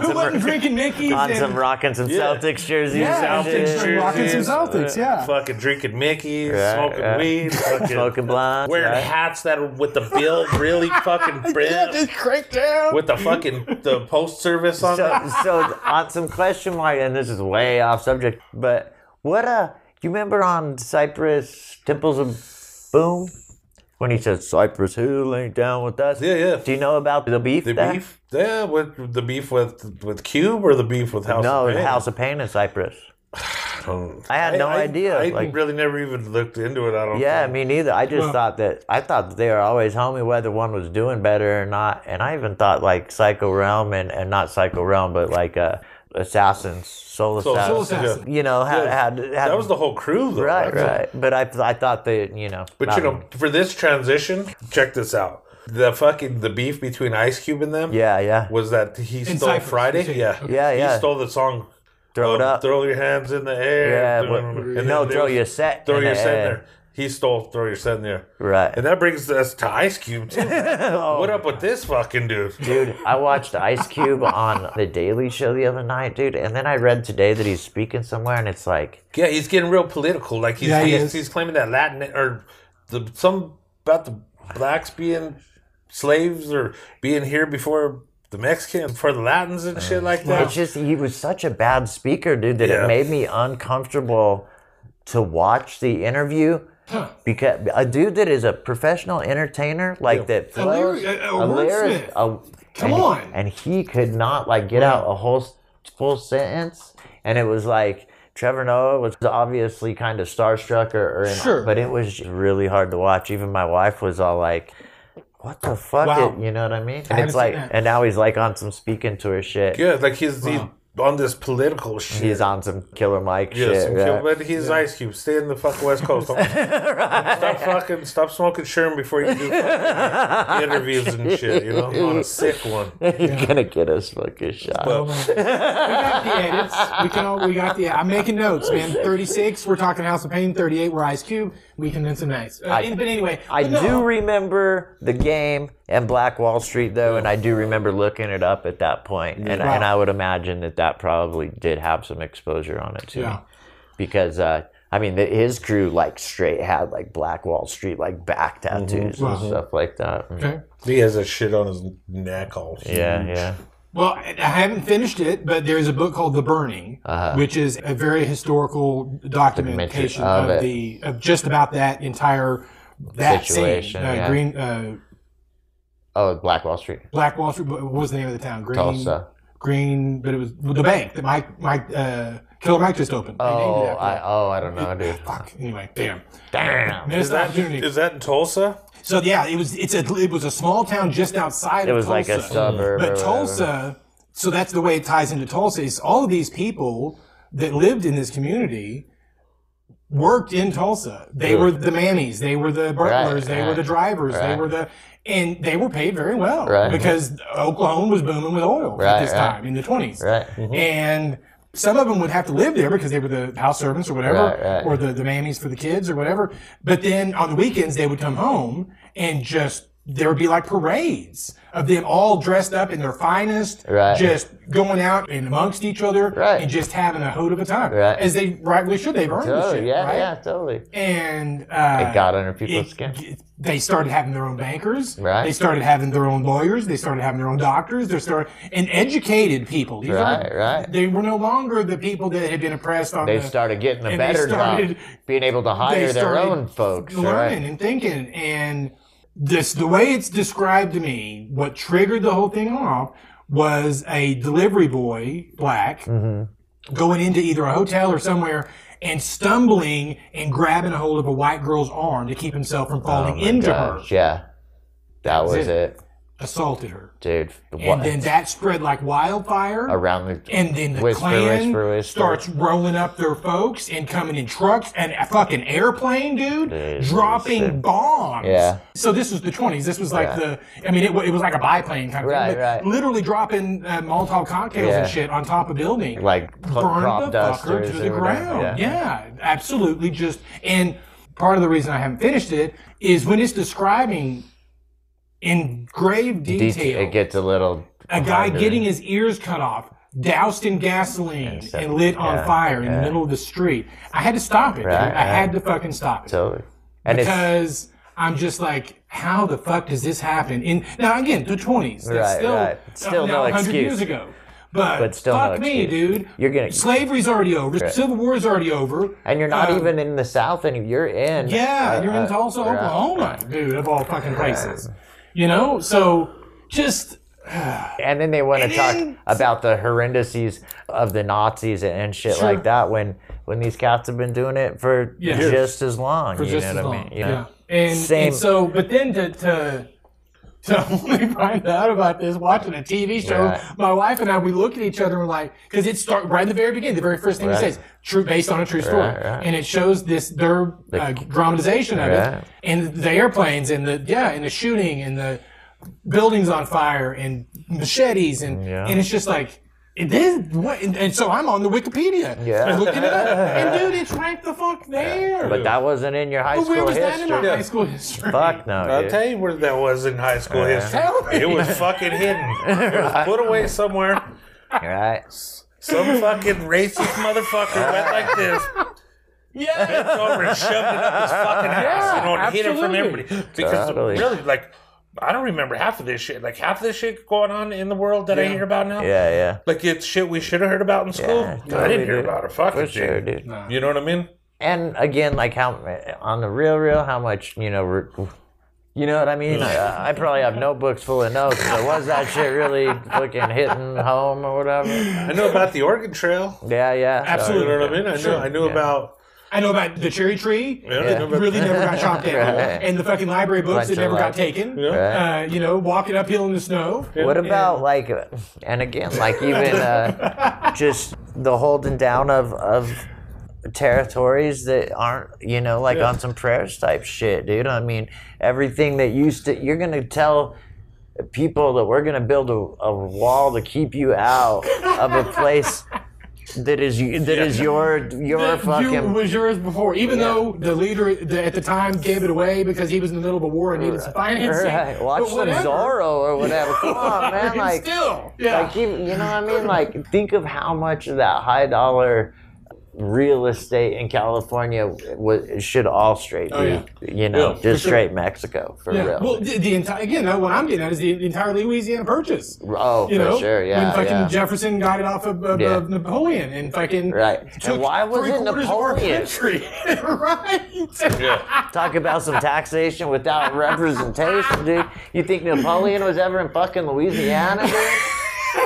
Speaker 2: Who wasn't
Speaker 3: some,
Speaker 2: drinking Mickey's
Speaker 3: on
Speaker 2: and
Speaker 3: some rockin' some
Speaker 4: Yeah.
Speaker 3: Celtics jerseys.
Speaker 2: yeah,
Speaker 3: and
Speaker 4: Celtics
Speaker 3: shit.
Speaker 4: jerseys.
Speaker 2: rocking some Celtics? Yeah.
Speaker 4: Fucking drinking Mickey's,
Speaker 3: Right,
Speaker 4: smoking
Speaker 3: right.
Speaker 4: weed, fucking
Speaker 3: Smoking blondes.
Speaker 4: wearing
Speaker 3: right?
Speaker 4: hats that are with the bill really fucking
Speaker 2: Yeah,
Speaker 4: brim,
Speaker 2: just crank down.
Speaker 4: with the fucking the post service on it.
Speaker 3: so, so on some question mark, and this is way off subject, but what uh, you remember on Cypress Temples of Boom when he said Cypress Hill ain't down with us?
Speaker 4: Yeah, yeah.
Speaker 3: Do you know about the beef?
Speaker 4: The
Speaker 3: there?
Speaker 4: beef, yeah, with the beef with with Cube or the beef with House.
Speaker 3: No,
Speaker 4: of Pain?
Speaker 3: House of Pain in Cypress.
Speaker 4: Um,
Speaker 3: I had no idea,
Speaker 4: I
Speaker 3: like-
Speaker 4: really never even looked into it. I don't.
Speaker 3: Yeah,
Speaker 4: think.
Speaker 3: me neither. I just thought that I thought that they were always homie, whether one was doing better or not. And I even thought like Psycho Realm and, and not Psycho Realm, but like uh, Assassins, Soul
Speaker 4: So-
Speaker 3: Assassins.
Speaker 2: Soul Assassin.
Speaker 3: you know, had,
Speaker 4: Yeah,
Speaker 3: had, had
Speaker 4: that was the whole crew, though.
Speaker 3: Right,
Speaker 4: That's-
Speaker 3: right. But I, I thought that you know.
Speaker 4: But you know, for this transition, check this out. The fucking the beef between Ice Cube and them.
Speaker 3: Yeah, yeah.
Speaker 4: Was that he stole
Speaker 2: Cyprus, you
Speaker 4: Friday?
Speaker 2: say.
Speaker 4: Yeah.
Speaker 3: Yeah, yeah.
Speaker 4: He stole the song.
Speaker 3: Throw it
Speaker 4: uh,
Speaker 3: up.
Speaker 4: Throw your hands in the air.
Speaker 3: yeah. What,
Speaker 4: And
Speaker 3: no,
Speaker 4: then they
Speaker 3: throw
Speaker 4: was-
Speaker 3: your set.
Speaker 4: Throw
Speaker 3: in
Speaker 4: your
Speaker 3: the
Speaker 4: set in
Speaker 3: air.
Speaker 4: there. He stole throw your set in there.
Speaker 3: Right. Oh,
Speaker 4: And that brings us to Ice Cube too. What up with this fucking dude?
Speaker 3: Dude, I watched Ice Cube on The Daily Show the other night, dude, and then I read today that he's speaking somewhere, and it's like,
Speaker 4: Yeah, he's getting real political. Like he's
Speaker 2: Yeah, he
Speaker 4: he's,
Speaker 2: is.
Speaker 4: he's claiming that Latin or the some about the blacks being slaves or being here before the Mexicans, before the Latins and shit like
Speaker 3: it's
Speaker 4: that.
Speaker 3: just he was such a bad speaker, dude, that
Speaker 4: Yeah.
Speaker 3: it made me uncomfortable to watch the interview. Because a dude that is a professional entertainer, like that flows,
Speaker 2: lyric- a- a wordsmith.
Speaker 3: a-
Speaker 2: Come
Speaker 3: and-
Speaker 2: on.
Speaker 3: and he could not like get out a whole s- full sentence, and it was like Trevor Noah was obviously kind of starstruck or, or in,
Speaker 2: Sure.
Speaker 3: but it was just really hard to watch. Even my wife was all like. What the fuck?
Speaker 2: Wow.
Speaker 3: you know what I mean? And
Speaker 2: haven't
Speaker 3: it's
Speaker 2: seen
Speaker 3: like,
Speaker 2: that.
Speaker 3: and now he's like on some speaking tour shit.
Speaker 4: Yeah, like he's, he's on this political shit.
Speaker 3: He's on some Killer Mike
Speaker 4: yeah,
Speaker 3: shit.
Speaker 4: some
Speaker 3: right?
Speaker 4: kill- but he's Ice Cube. Stay in the fucking West Coast. Don't- Stop fucking. Stop smoking Sherm before you do fucking interviews and shit. You know, on a sick one.
Speaker 3: You're gonna get us fucking shot.
Speaker 2: got the edits. We can all, we got the. I'm making notes, man. 36, we're talking House of Pain. 38, we're Ice Cube. We can then some nights. Uh, and- but anyway,
Speaker 3: I
Speaker 2: but no,
Speaker 3: do remember the game and Black Wall Street though, and I do remember looking it up at that point, and, and I would imagine that that probably did have some exposure on it too,
Speaker 2: Yeah.
Speaker 3: because uh, I mean the, his crew like straight had like Black Wall Street like back
Speaker 2: Mm-hmm.
Speaker 3: tattoos and stuff like that.
Speaker 2: Okay.
Speaker 4: He has that shit on his neck all.
Speaker 3: Yeah, yeah,
Speaker 2: Well, I I haven't finished it, but there's a book called The Burning,
Speaker 3: Uh-huh.
Speaker 2: which is a very historical documentation
Speaker 3: of
Speaker 2: of,
Speaker 3: it.
Speaker 2: the of just about that entire that
Speaker 3: Situation,
Speaker 2: Scene. Uh,
Speaker 3: yeah.
Speaker 2: Green uh,
Speaker 3: Oh, Black Wall Street,
Speaker 2: Black Wall Street. What was the name of the town? Green.
Speaker 3: Tulsa.
Speaker 2: Green, but it was the bank that Mike Mike uh, Killer Mike just opened. They named it
Speaker 3: Oh,
Speaker 2: after
Speaker 3: I
Speaker 2: it.
Speaker 3: oh I don't know, dude.
Speaker 2: Fuck. Anyway, damn.
Speaker 3: Damn.
Speaker 2: Missed the
Speaker 4: That,
Speaker 2: opportunity.
Speaker 4: is that in Tulsa?
Speaker 2: So yeah, it was it's a it was a small town just outside.
Speaker 3: It
Speaker 2: of
Speaker 3: was like a
Speaker 2: Tulsa.
Speaker 3: suburb. or
Speaker 2: But
Speaker 3: whatever.
Speaker 2: Tulsa, so that's the way it ties into Tulsa is all of these people that lived in this community worked in Tulsa. They were the mammies, they were the butlers, they were
Speaker 3: Hmm. right,
Speaker 2: the drivers, they
Speaker 3: right.
Speaker 2: were the and they were paid very well
Speaker 3: Right.
Speaker 2: because Oklahoma was booming with oil
Speaker 3: Right,
Speaker 2: at this
Speaker 3: right.
Speaker 2: time in the twenties.
Speaker 3: Right. mm-hmm.
Speaker 2: And some of them would have to live there because they were the house servants or whatever,
Speaker 3: Right, right.
Speaker 2: or the, the mammies for the kids or whatever. But then on the weekends, they would come home and just, there would be like parades of them all dressed up in their finest,
Speaker 3: Right.
Speaker 2: just going out and amongst each other
Speaker 3: Right.
Speaker 2: and just having a hoot of a time.
Speaker 3: Right.
Speaker 2: As they rightly should. They've earned this
Speaker 3: Oh
Speaker 2: shit.
Speaker 3: yeah,
Speaker 2: right?
Speaker 3: yeah, totally.
Speaker 2: And uh,
Speaker 3: It got under people's
Speaker 2: it-
Speaker 3: skin.
Speaker 2: it- They started having their own bankers.
Speaker 3: Right.
Speaker 2: They started having their own lawyers. They started having their own doctors. They started and educated people. These
Speaker 3: Right,
Speaker 2: aren't-
Speaker 3: right.
Speaker 2: They were no longer the people that had been oppressed on.
Speaker 3: They
Speaker 2: the,
Speaker 3: started getting a
Speaker 2: and they
Speaker 3: better
Speaker 2: started-
Speaker 3: job, being able to hire their
Speaker 2: started
Speaker 3: own folks.
Speaker 2: learning
Speaker 3: Right?
Speaker 2: and thinking and this the way it's described to me. What triggered the whole thing off was a delivery boy, black,
Speaker 3: Mm-hmm.
Speaker 2: going into either a hotel or somewhere. And stumbling and grabbing a hold
Speaker 3: Oh
Speaker 2: of a white girl's arm to keep himself from falling into her.
Speaker 3: Gosh, yeah, that was
Speaker 2: it.
Speaker 3: it.
Speaker 2: assaulted her.
Speaker 3: dude.
Speaker 2: And then that spread like wildfire.
Speaker 3: around the
Speaker 2: And then the
Speaker 3: Whisper,
Speaker 2: Klan
Speaker 3: whisper, whisper.
Speaker 2: starts rolling up their folks and coming in trucks and a fucking airplane, dude,
Speaker 3: Dude,
Speaker 2: dropping
Speaker 3: shit.
Speaker 2: bombs.
Speaker 3: Yeah.
Speaker 2: So this was the 20s. This was like
Speaker 3: Yeah.
Speaker 2: the, I mean, it, wa- it was like a biplane kind of
Speaker 3: Right,
Speaker 2: thing. but
Speaker 3: right.
Speaker 2: Literally dropping uh, Molotov cocktails
Speaker 3: Yeah.
Speaker 2: and shit on top of buildings.
Speaker 3: like cl-
Speaker 2: Burned
Speaker 3: crop
Speaker 2: the fucker
Speaker 3: dusters
Speaker 2: to the
Speaker 3: or whatever.
Speaker 2: ground. Yeah. absolutely. Just and part of the reason I haven't finished it is when it's describing in grave
Speaker 3: Det-
Speaker 2: detail
Speaker 3: it gets a little
Speaker 2: a guy
Speaker 3: harder.
Speaker 2: getting his ears cut off, doused in gasoline, and,
Speaker 3: set-
Speaker 2: lit on
Speaker 3: yeah,
Speaker 2: fire in the
Speaker 3: yeah.
Speaker 2: middle of the street. I had to stop it. dude.
Speaker 3: Right,
Speaker 2: I had
Speaker 3: right.
Speaker 2: to fucking stop it
Speaker 3: totally. And it's
Speaker 2: because I'm just like, how the fuck does this happen? In now again, the 20s. That's
Speaker 3: Right,
Speaker 2: still, uh,
Speaker 3: right. Still
Speaker 2: now
Speaker 3: no
Speaker 2: 100 years
Speaker 3: excuse.
Speaker 2: ago. But,
Speaker 3: But still no
Speaker 2: fuck me,
Speaker 3: excuse.
Speaker 2: dude.
Speaker 3: You're gonna-
Speaker 2: slavery's already over. Civil war's already over.
Speaker 3: and you're not
Speaker 2: um,
Speaker 3: even in the south and you're in
Speaker 2: Yeah,
Speaker 3: uh,
Speaker 2: you're in
Speaker 3: uh,
Speaker 2: Tulsa,
Speaker 3: right.
Speaker 2: Oklahoma, dude, of all fucking places. You know, so just
Speaker 3: And then they want to talk
Speaker 2: then-
Speaker 3: about the horrendices of the Nazis and, and shit
Speaker 2: Sure.
Speaker 3: like that when when these cats have been doing it for
Speaker 2: Yeah.
Speaker 3: just as long.
Speaker 2: for
Speaker 3: you
Speaker 2: just
Speaker 3: know
Speaker 2: as
Speaker 3: what
Speaker 2: long.
Speaker 3: I mean? You
Speaker 2: Yeah.
Speaker 3: know?
Speaker 2: And,
Speaker 3: Same.
Speaker 2: and so, but then to, to to only find out about this watching a TV show,
Speaker 3: Right.
Speaker 2: my wife and I we look at each other and we're like, because it start right in the very beginning, the very first thing it
Speaker 3: Right.
Speaker 2: says, true based on a true story,
Speaker 3: Right, right.
Speaker 2: and it shows this their uh, dramatization of
Speaker 3: Right.
Speaker 2: it, and the airplanes and the yeah, and the shooting and the buildings on fire and machetes and
Speaker 3: Yeah.
Speaker 2: and it's just like. It is what, and, and so I'm on the Wikipedia,
Speaker 3: Yeah.
Speaker 2: and looking it up, and dude, it's right the fuck there.
Speaker 3: But that wasn't in your high
Speaker 2: But
Speaker 3: school
Speaker 2: where was
Speaker 3: history.
Speaker 2: that in my
Speaker 4: Yeah.
Speaker 2: high school history?
Speaker 3: Fuck no,
Speaker 4: I'll
Speaker 3: dude.
Speaker 4: tell you where that was in high school history.
Speaker 2: Tell me.
Speaker 4: It was fucking hidden. It was put away somewhere.
Speaker 3: Right?
Speaker 4: Some fucking racist motherfucker went like this,
Speaker 2: Yeah.
Speaker 4: bent over and shoved it up his fucking ass, you know, and hid it from
Speaker 2: absolutely.
Speaker 4: everybody. Because
Speaker 3: Totally.
Speaker 4: really, like, I don't remember half of this shit. Like half of this shit going on in the world that I hear about now.
Speaker 3: Yeah, yeah.
Speaker 4: Like it's shit we should have heard about in school.
Speaker 3: Yeah,
Speaker 4: I
Speaker 3: totally,
Speaker 4: didn't hear
Speaker 3: dude.
Speaker 4: about a fucking
Speaker 3: For sure,
Speaker 4: thing.
Speaker 3: dude.
Speaker 4: You know what I mean?
Speaker 3: and again, like how on the real, real, how much you know, re- you know what I mean? I, I probably have notebooks full of notes. So was that shit really fucking hitting home or whatever?
Speaker 4: I know about the Oregon Trail.
Speaker 3: Yeah, yeah.
Speaker 4: You
Speaker 2: Absolutely.
Speaker 4: know what I mean? I know. I knew about.
Speaker 2: I know about the cherry tree.
Speaker 4: I know about-
Speaker 2: Really never got chopped down.
Speaker 3: Right.
Speaker 2: And the fucking library books
Speaker 3: Bunch
Speaker 2: that
Speaker 3: of
Speaker 2: never got
Speaker 3: libraries.
Speaker 2: taken.
Speaker 4: Yeah.
Speaker 2: Uh, you know, walking uphill in the snow.
Speaker 3: What about like, and again, like even uh, just the holding down of of territories that aren't, you know, like on some prayers type shit, dude. I mean, everything that used to, you're gonna tell people that we're gonna build a, a wall to keep you out of a place that is that is your your
Speaker 2: That you-
Speaker 3: fucking
Speaker 2: was yours before, even though the leader the, at the time gave it away because he was in the middle of a war and needed some financing.
Speaker 3: right. watch
Speaker 2: But
Speaker 3: some
Speaker 2: whatever.
Speaker 3: Zorro or whatever. Come on, man, like.
Speaker 2: still, yeah.
Speaker 3: Like even, you know what I mean? Like think of how much of that high dollar real estate in California was, should all straight be,
Speaker 2: Oh, yeah.
Speaker 3: you know,
Speaker 2: Yeah, for
Speaker 3: just
Speaker 2: sure.
Speaker 3: straight Mexico for
Speaker 2: yeah.
Speaker 3: real.
Speaker 2: Well, the, the entire again, uh, what I'm getting at is the, the entire Louisiana Purchase.
Speaker 3: oh,
Speaker 2: You
Speaker 3: for
Speaker 2: know,
Speaker 3: sure,
Speaker 2: when
Speaker 3: yeah,
Speaker 2: fucking
Speaker 3: yeah.
Speaker 2: Jefferson got it off of, of,
Speaker 3: Yeah.
Speaker 2: of Napoleon and fucking
Speaker 3: Right. And
Speaker 2: took
Speaker 3: why was
Speaker 2: three
Speaker 3: it
Speaker 2: quarters of our
Speaker 3: Napoleon?
Speaker 2: country. right.
Speaker 3: Talk about some taxation without representation, dude. You think Napoleon was ever in fucking Louisiana? dude?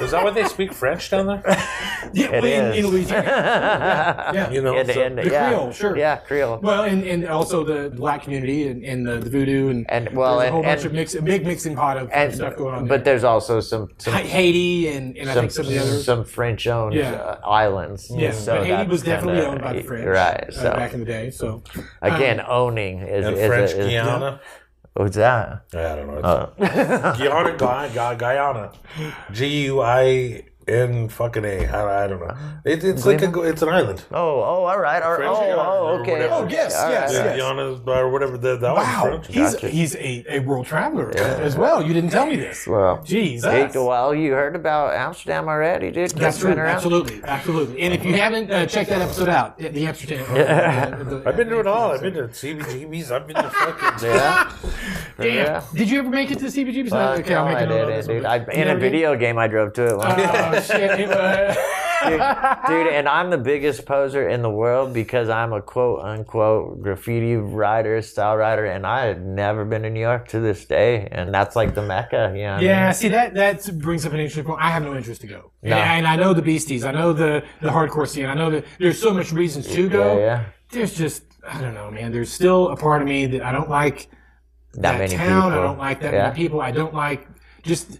Speaker 4: Is that why they speak French down there?
Speaker 2: Yeah,
Speaker 3: It
Speaker 2: in,
Speaker 3: is.
Speaker 2: in Louisiana. yeah.
Speaker 4: You know,
Speaker 3: And-
Speaker 4: so-
Speaker 3: and-
Speaker 2: The
Speaker 3: yeah,
Speaker 2: Creole, sure.
Speaker 3: yeah, Creole.
Speaker 2: Well, and, and also the black community and, and the, the voodoo and,
Speaker 3: And, well,
Speaker 2: there's a whole
Speaker 3: and-
Speaker 2: bunch
Speaker 3: and-
Speaker 2: of mix, a big mixing pot of
Speaker 3: and
Speaker 2: stuff going on.
Speaker 3: but
Speaker 2: there.
Speaker 3: there's also some some
Speaker 2: Ha- Haiti and, and I
Speaker 3: some,
Speaker 2: think some of the others.
Speaker 3: some French owned
Speaker 2: Yeah.
Speaker 3: uh, islands.
Speaker 2: yeah,
Speaker 3: so
Speaker 2: but Haiti
Speaker 3: that's
Speaker 2: was definitely
Speaker 3: kinda-
Speaker 2: owned by the French
Speaker 3: right?
Speaker 2: uh,
Speaker 3: So
Speaker 2: back in the day. So
Speaker 3: again, owning is,
Speaker 4: and
Speaker 3: is,
Speaker 4: French
Speaker 3: is, is
Speaker 4: Guiana.
Speaker 3: What's that?
Speaker 4: I don't know. It's- Guyana, Gui- Gui- Guyana, G U I N fucking A. I, I don't know. It, it's like a, it's an island.
Speaker 3: Oh, oh, all right. Or,
Speaker 4: French
Speaker 3: oh,
Speaker 4: Guiana
Speaker 3: oh,
Speaker 4: or
Speaker 3: okay.
Speaker 4: whatever. Oh,
Speaker 2: yes,
Speaker 3: All
Speaker 2: yes,
Speaker 3: right.
Speaker 2: yes.
Speaker 4: Guyana or whatever the that was
Speaker 2: wow,
Speaker 4: French.
Speaker 2: he's he's a, a world traveler as well. You didn't tell me this.
Speaker 3: Well,
Speaker 2: Jeez,
Speaker 3: Take a while. You heard about Amsterdam already, dude.
Speaker 2: That's
Speaker 3: It's
Speaker 2: true.
Speaker 3: been around.
Speaker 2: Absolutely, absolutely. And if you haven't uh, checked that episode out, the- the Amsterdam. the- the-
Speaker 4: I've been to it all. I've been to CBGBs. I've been to fucking.
Speaker 3: Yeah.
Speaker 2: Damn. Did you ever make it to CBGB's?
Speaker 3: Fuck,
Speaker 2: okay,
Speaker 3: no,
Speaker 2: I'll make
Speaker 3: I
Speaker 2: a note of
Speaker 3: did it,
Speaker 2: this
Speaker 3: dude.
Speaker 2: one.
Speaker 3: I,
Speaker 2: You
Speaker 3: in a
Speaker 2: never did?
Speaker 3: video game, I drove to it once.
Speaker 2: Oh shit! It was. Ah.
Speaker 3: dude, and I'm the biggest poser in the world because I'm a quote unquote graffiti writer, style writer, and I had never been to New York to this day. And that's like the mecca. You know what I mean?
Speaker 2: Yeah, see that that brings up an interesting point. I have no interest to go, and,
Speaker 3: No.
Speaker 2: and I know the beasties, I know the the hardcore scene, I know that there's so much reasons to go.
Speaker 3: Yeah, yeah.
Speaker 2: There's just I don't know, man. There's still a part of me that I don't like
Speaker 3: That,
Speaker 2: that,
Speaker 3: many
Speaker 2: town.
Speaker 3: people.
Speaker 2: I don't like that
Speaker 3: Yeah.
Speaker 2: many people. I don't like just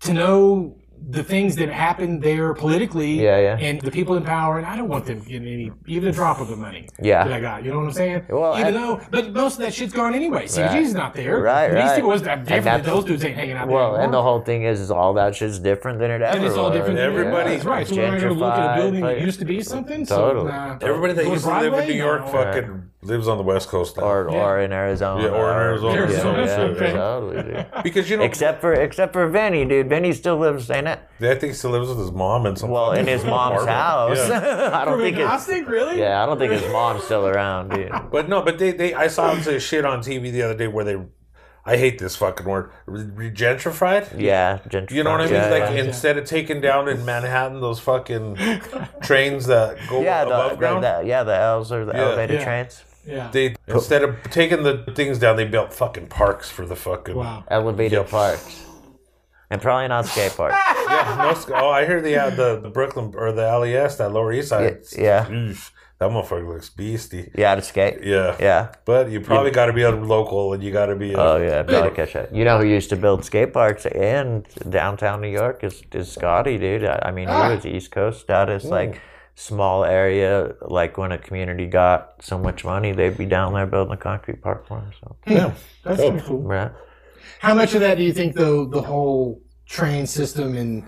Speaker 2: to know the things that happened there politically
Speaker 3: Yeah, yeah.
Speaker 2: and the people in power and I don't want them getting any even a drop of the money
Speaker 3: Yeah.
Speaker 2: that I got. You know what I'm saying?
Speaker 3: Well,
Speaker 2: even
Speaker 3: and-
Speaker 2: though but most of that shit's gone anyway. CG's not there.
Speaker 3: Right,
Speaker 2: These
Speaker 3: right.
Speaker 2: people was I'm
Speaker 3: And
Speaker 2: different.
Speaker 3: that's-
Speaker 2: Those dudes ain't hanging out there.
Speaker 3: Well, and the
Speaker 2: anymore.
Speaker 3: whole thing is, is all that shit's different than it ever
Speaker 2: and it's all
Speaker 3: was.
Speaker 2: different.
Speaker 4: and everybody's
Speaker 2: Everybody's right. So we're not gonna look at a
Speaker 3: Gentrified,
Speaker 2: building that
Speaker 3: like-
Speaker 2: used to be something.
Speaker 3: Totally.
Speaker 2: So, nah.
Speaker 4: Everybody that
Speaker 2: Go to
Speaker 4: used to live in
Speaker 2: Broadway?
Speaker 4: New York
Speaker 2: No.
Speaker 4: fucking lives on the West Coast now.
Speaker 3: or, or in Arizona.
Speaker 4: Yeah, or in Arizona.
Speaker 2: Arizona,
Speaker 3: Yeah, yeah,
Speaker 2: okay.
Speaker 3: totally, dude.
Speaker 4: because you know,
Speaker 3: Except for except for Vinny, dude. Vinny still lives in it.
Speaker 4: I think he still lives with his mom and some.
Speaker 3: Well, in his mom's
Speaker 4: apartment.
Speaker 3: house.
Speaker 4: Yeah.
Speaker 3: I don't think it's.
Speaker 2: agnostic, really?
Speaker 3: Yeah, I don't think his mom's still around, dude.
Speaker 4: But no, but they, they I saw some shit on TV the other day where they, I hate this fucking word, re- regentrified.
Speaker 3: Yeah, gentrified.
Speaker 4: You know what I mean?
Speaker 3: Yeah,
Speaker 4: like
Speaker 3: yeah.
Speaker 4: instead of taking down in Manhattan those fucking trains that go
Speaker 3: yeah, the,
Speaker 4: above
Speaker 3: the,
Speaker 4: ground,
Speaker 3: the- yeah, the L's or the
Speaker 4: Yeah.
Speaker 3: elevated
Speaker 2: Yeah.
Speaker 3: trains.
Speaker 2: Yeah.
Speaker 4: they instead of taking the things down, they built fucking parks for the fucking.
Speaker 2: Wow.
Speaker 3: Elevated
Speaker 4: Yep.
Speaker 3: parks. And probably not skate parks.
Speaker 4: Yeah, no, sc- oh, I hear the, uh, the the Brooklyn or the LES that Lower East Side.
Speaker 3: Yeah.
Speaker 4: Oof, that motherfucker looks beastie.
Speaker 3: yeah, to skate.
Speaker 4: Yeah.
Speaker 3: Yeah.
Speaker 4: But you probably got to be a local, and you got to be. A,
Speaker 3: Oh yeah, probably catch that. You know who used to build skate parks in downtown New York is, is Scotty, dude. I, I mean, he was East Coast status, like small area. Like when a community got so much money, they'd be down there building a concrete park for them. So,
Speaker 4: yeah.
Speaker 2: That's
Speaker 4: Oh.
Speaker 2: kinda cool.
Speaker 3: right.
Speaker 2: How much of that do you think, though, the whole train system and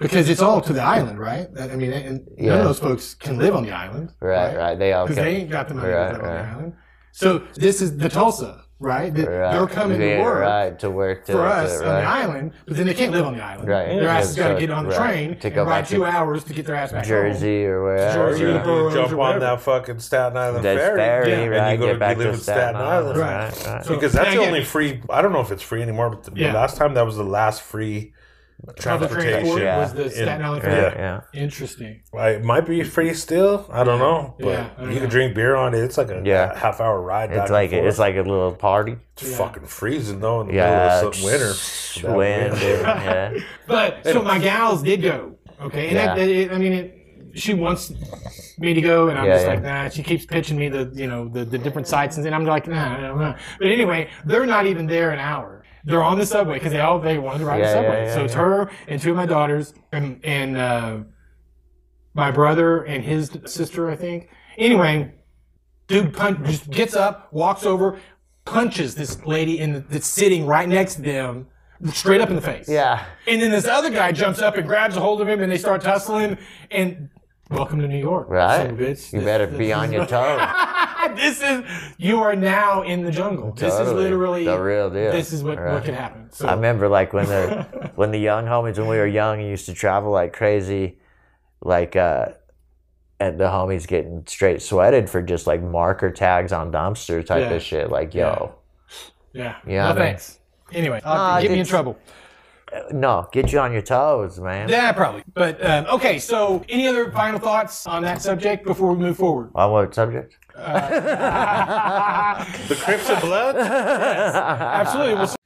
Speaker 2: because it's all to the island, right? I mean, and none
Speaker 3: Yeah.
Speaker 2: of those folks can live on the island,
Speaker 3: right, right, They all
Speaker 2: Because
Speaker 3: come-
Speaker 2: they ain't got the money
Speaker 3: Right,
Speaker 2: to live on
Speaker 3: right.
Speaker 2: the island. So this is the Tulsa, right? That
Speaker 3: right.
Speaker 2: They're coming
Speaker 3: Yeah,
Speaker 2: to work
Speaker 3: right to work to,
Speaker 2: for
Speaker 3: to-
Speaker 2: us on the
Speaker 3: right.
Speaker 2: island, but then they can't live on the island.
Speaker 3: Right.
Speaker 2: Their ass has
Speaker 3: Yeah,
Speaker 2: got to
Speaker 3: so-
Speaker 2: get on the
Speaker 3: right.
Speaker 2: train
Speaker 3: To
Speaker 2: and
Speaker 3: go
Speaker 2: ride
Speaker 3: back to
Speaker 2: two hours to get their ass back home.
Speaker 3: Jersey or wherever.
Speaker 4: Or
Speaker 2: Jersey
Speaker 4: you,
Speaker 2: or
Speaker 4: you
Speaker 2: Burroughs
Speaker 4: jump
Speaker 2: or
Speaker 4: on
Speaker 2: whatever.
Speaker 4: that fucking Staten Island
Speaker 3: That's
Speaker 4: ferry,
Speaker 3: ferry,
Speaker 2: Yeah.
Speaker 4: and
Speaker 3: right?
Speaker 4: you go
Speaker 3: get
Speaker 4: to
Speaker 3: back
Speaker 4: you live
Speaker 3: to
Speaker 4: in Staten Island,
Speaker 2: Right.
Speaker 3: right, right.
Speaker 2: So-
Speaker 4: because that's
Speaker 2: Yeah,
Speaker 4: the
Speaker 2: yeah.
Speaker 4: only free. I don't know if it's free anymore, but the, the
Speaker 2: Yeah.
Speaker 4: last time that was the last free
Speaker 2: Public
Speaker 4: transportation.
Speaker 2: transport
Speaker 3: Yeah.
Speaker 2: was the Staten Island
Speaker 3: yeah,
Speaker 2: Ferry.
Speaker 4: Yeah.
Speaker 3: yeah.
Speaker 2: Interesting.
Speaker 4: I- It might be free still. I don't know, but
Speaker 2: Yeah, I don't
Speaker 4: you can
Speaker 2: know.
Speaker 4: drink beer on it. It's like a
Speaker 3: Yeah.
Speaker 4: half hour ride. back
Speaker 3: It's like
Speaker 4: and forth.
Speaker 3: it's like a little party.
Speaker 4: It's fucking freezing though in the
Speaker 3: Yeah,
Speaker 4: middle of some winter.
Speaker 3: it's
Speaker 4: That
Speaker 3: Wind,
Speaker 4: weird.
Speaker 3: dude, yeah.
Speaker 2: But so my gals did go. Okay, and that,
Speaker 3: Yeah.
Speaker 2: it, I mean, it, she wants me to go, and I'm
Speaker 3: Yeah,
Speaker 2: just
Speaker 3: yeah.
Speaker 2: like, nah. She keeps pitching me the you know the, the different sites, and then I'm like, nah, nah, nah. But anyway, they're not even there an hour. They're on the subway because they all they wanted to ride
Speaker 3: Yeah,
Speaker 2: the
Speaker 3: yeah,
Speaker 2: subway.
Speaker 3: yeah,
Speaker 2: so it's
Speaker 3: yeah.
Speaker 2: her and two of my daughters and and uh, my brother and his sister, I think. Anyway, dude punch, just gets up, walks over, punches this lady in the, that's sitting right next to them, straight up in the face.
Speaker 3: Yeah.
Speaker 2: And then this other guy jumps up and grabs a hold of him, and they start tussling. And welcome to New York,
Speaker 3: Right.
Speaker 2: son of a bitch.
Speaker 3: You
Speaker 2: This-
Speaker 3: better
Speaker 2: this
Speaker 3: be
Speaker 2: is-
Speaker 3: on your toes.
Speaker 2: this is you are now in the jungle. This is
Speaker 3: Totally.
Speaker 2: literally
Speaker 3: The real deal.
Speaker 2: This is what,
Speaker 3: Right.
Speaker 2: what can happen. So
Speaker 3: I remember like when the when the young homies when we were young and used to travel like crazy, like uh and the homies getting straight sweated for just like marker tags on dumpster type
Speaker 2: Yeah.
Speaker 3: of shit. Like,
Speaker 2: Yeah.
Speaker 3: yo,
Speaker 2: yeah,
Speaker 3: Yeah,
Speaker 2: No
Speaker 3: I mean-
Speaker 2: thanks. Anyway,
Speaker 3: Ah,
Speaker 2: get me in
Speaker 3: it's-
Speaker 2: trouble.
Speaker 3: no, get you on your toes, man.
Speaker 2: Yeah, probably. But um, okay. So, any other final thoughts on that subject before we move forward?
Speaker 3: On what subject?
Speaker 4: The Crips of Blood.
Speaker 2: Absolutely. We'll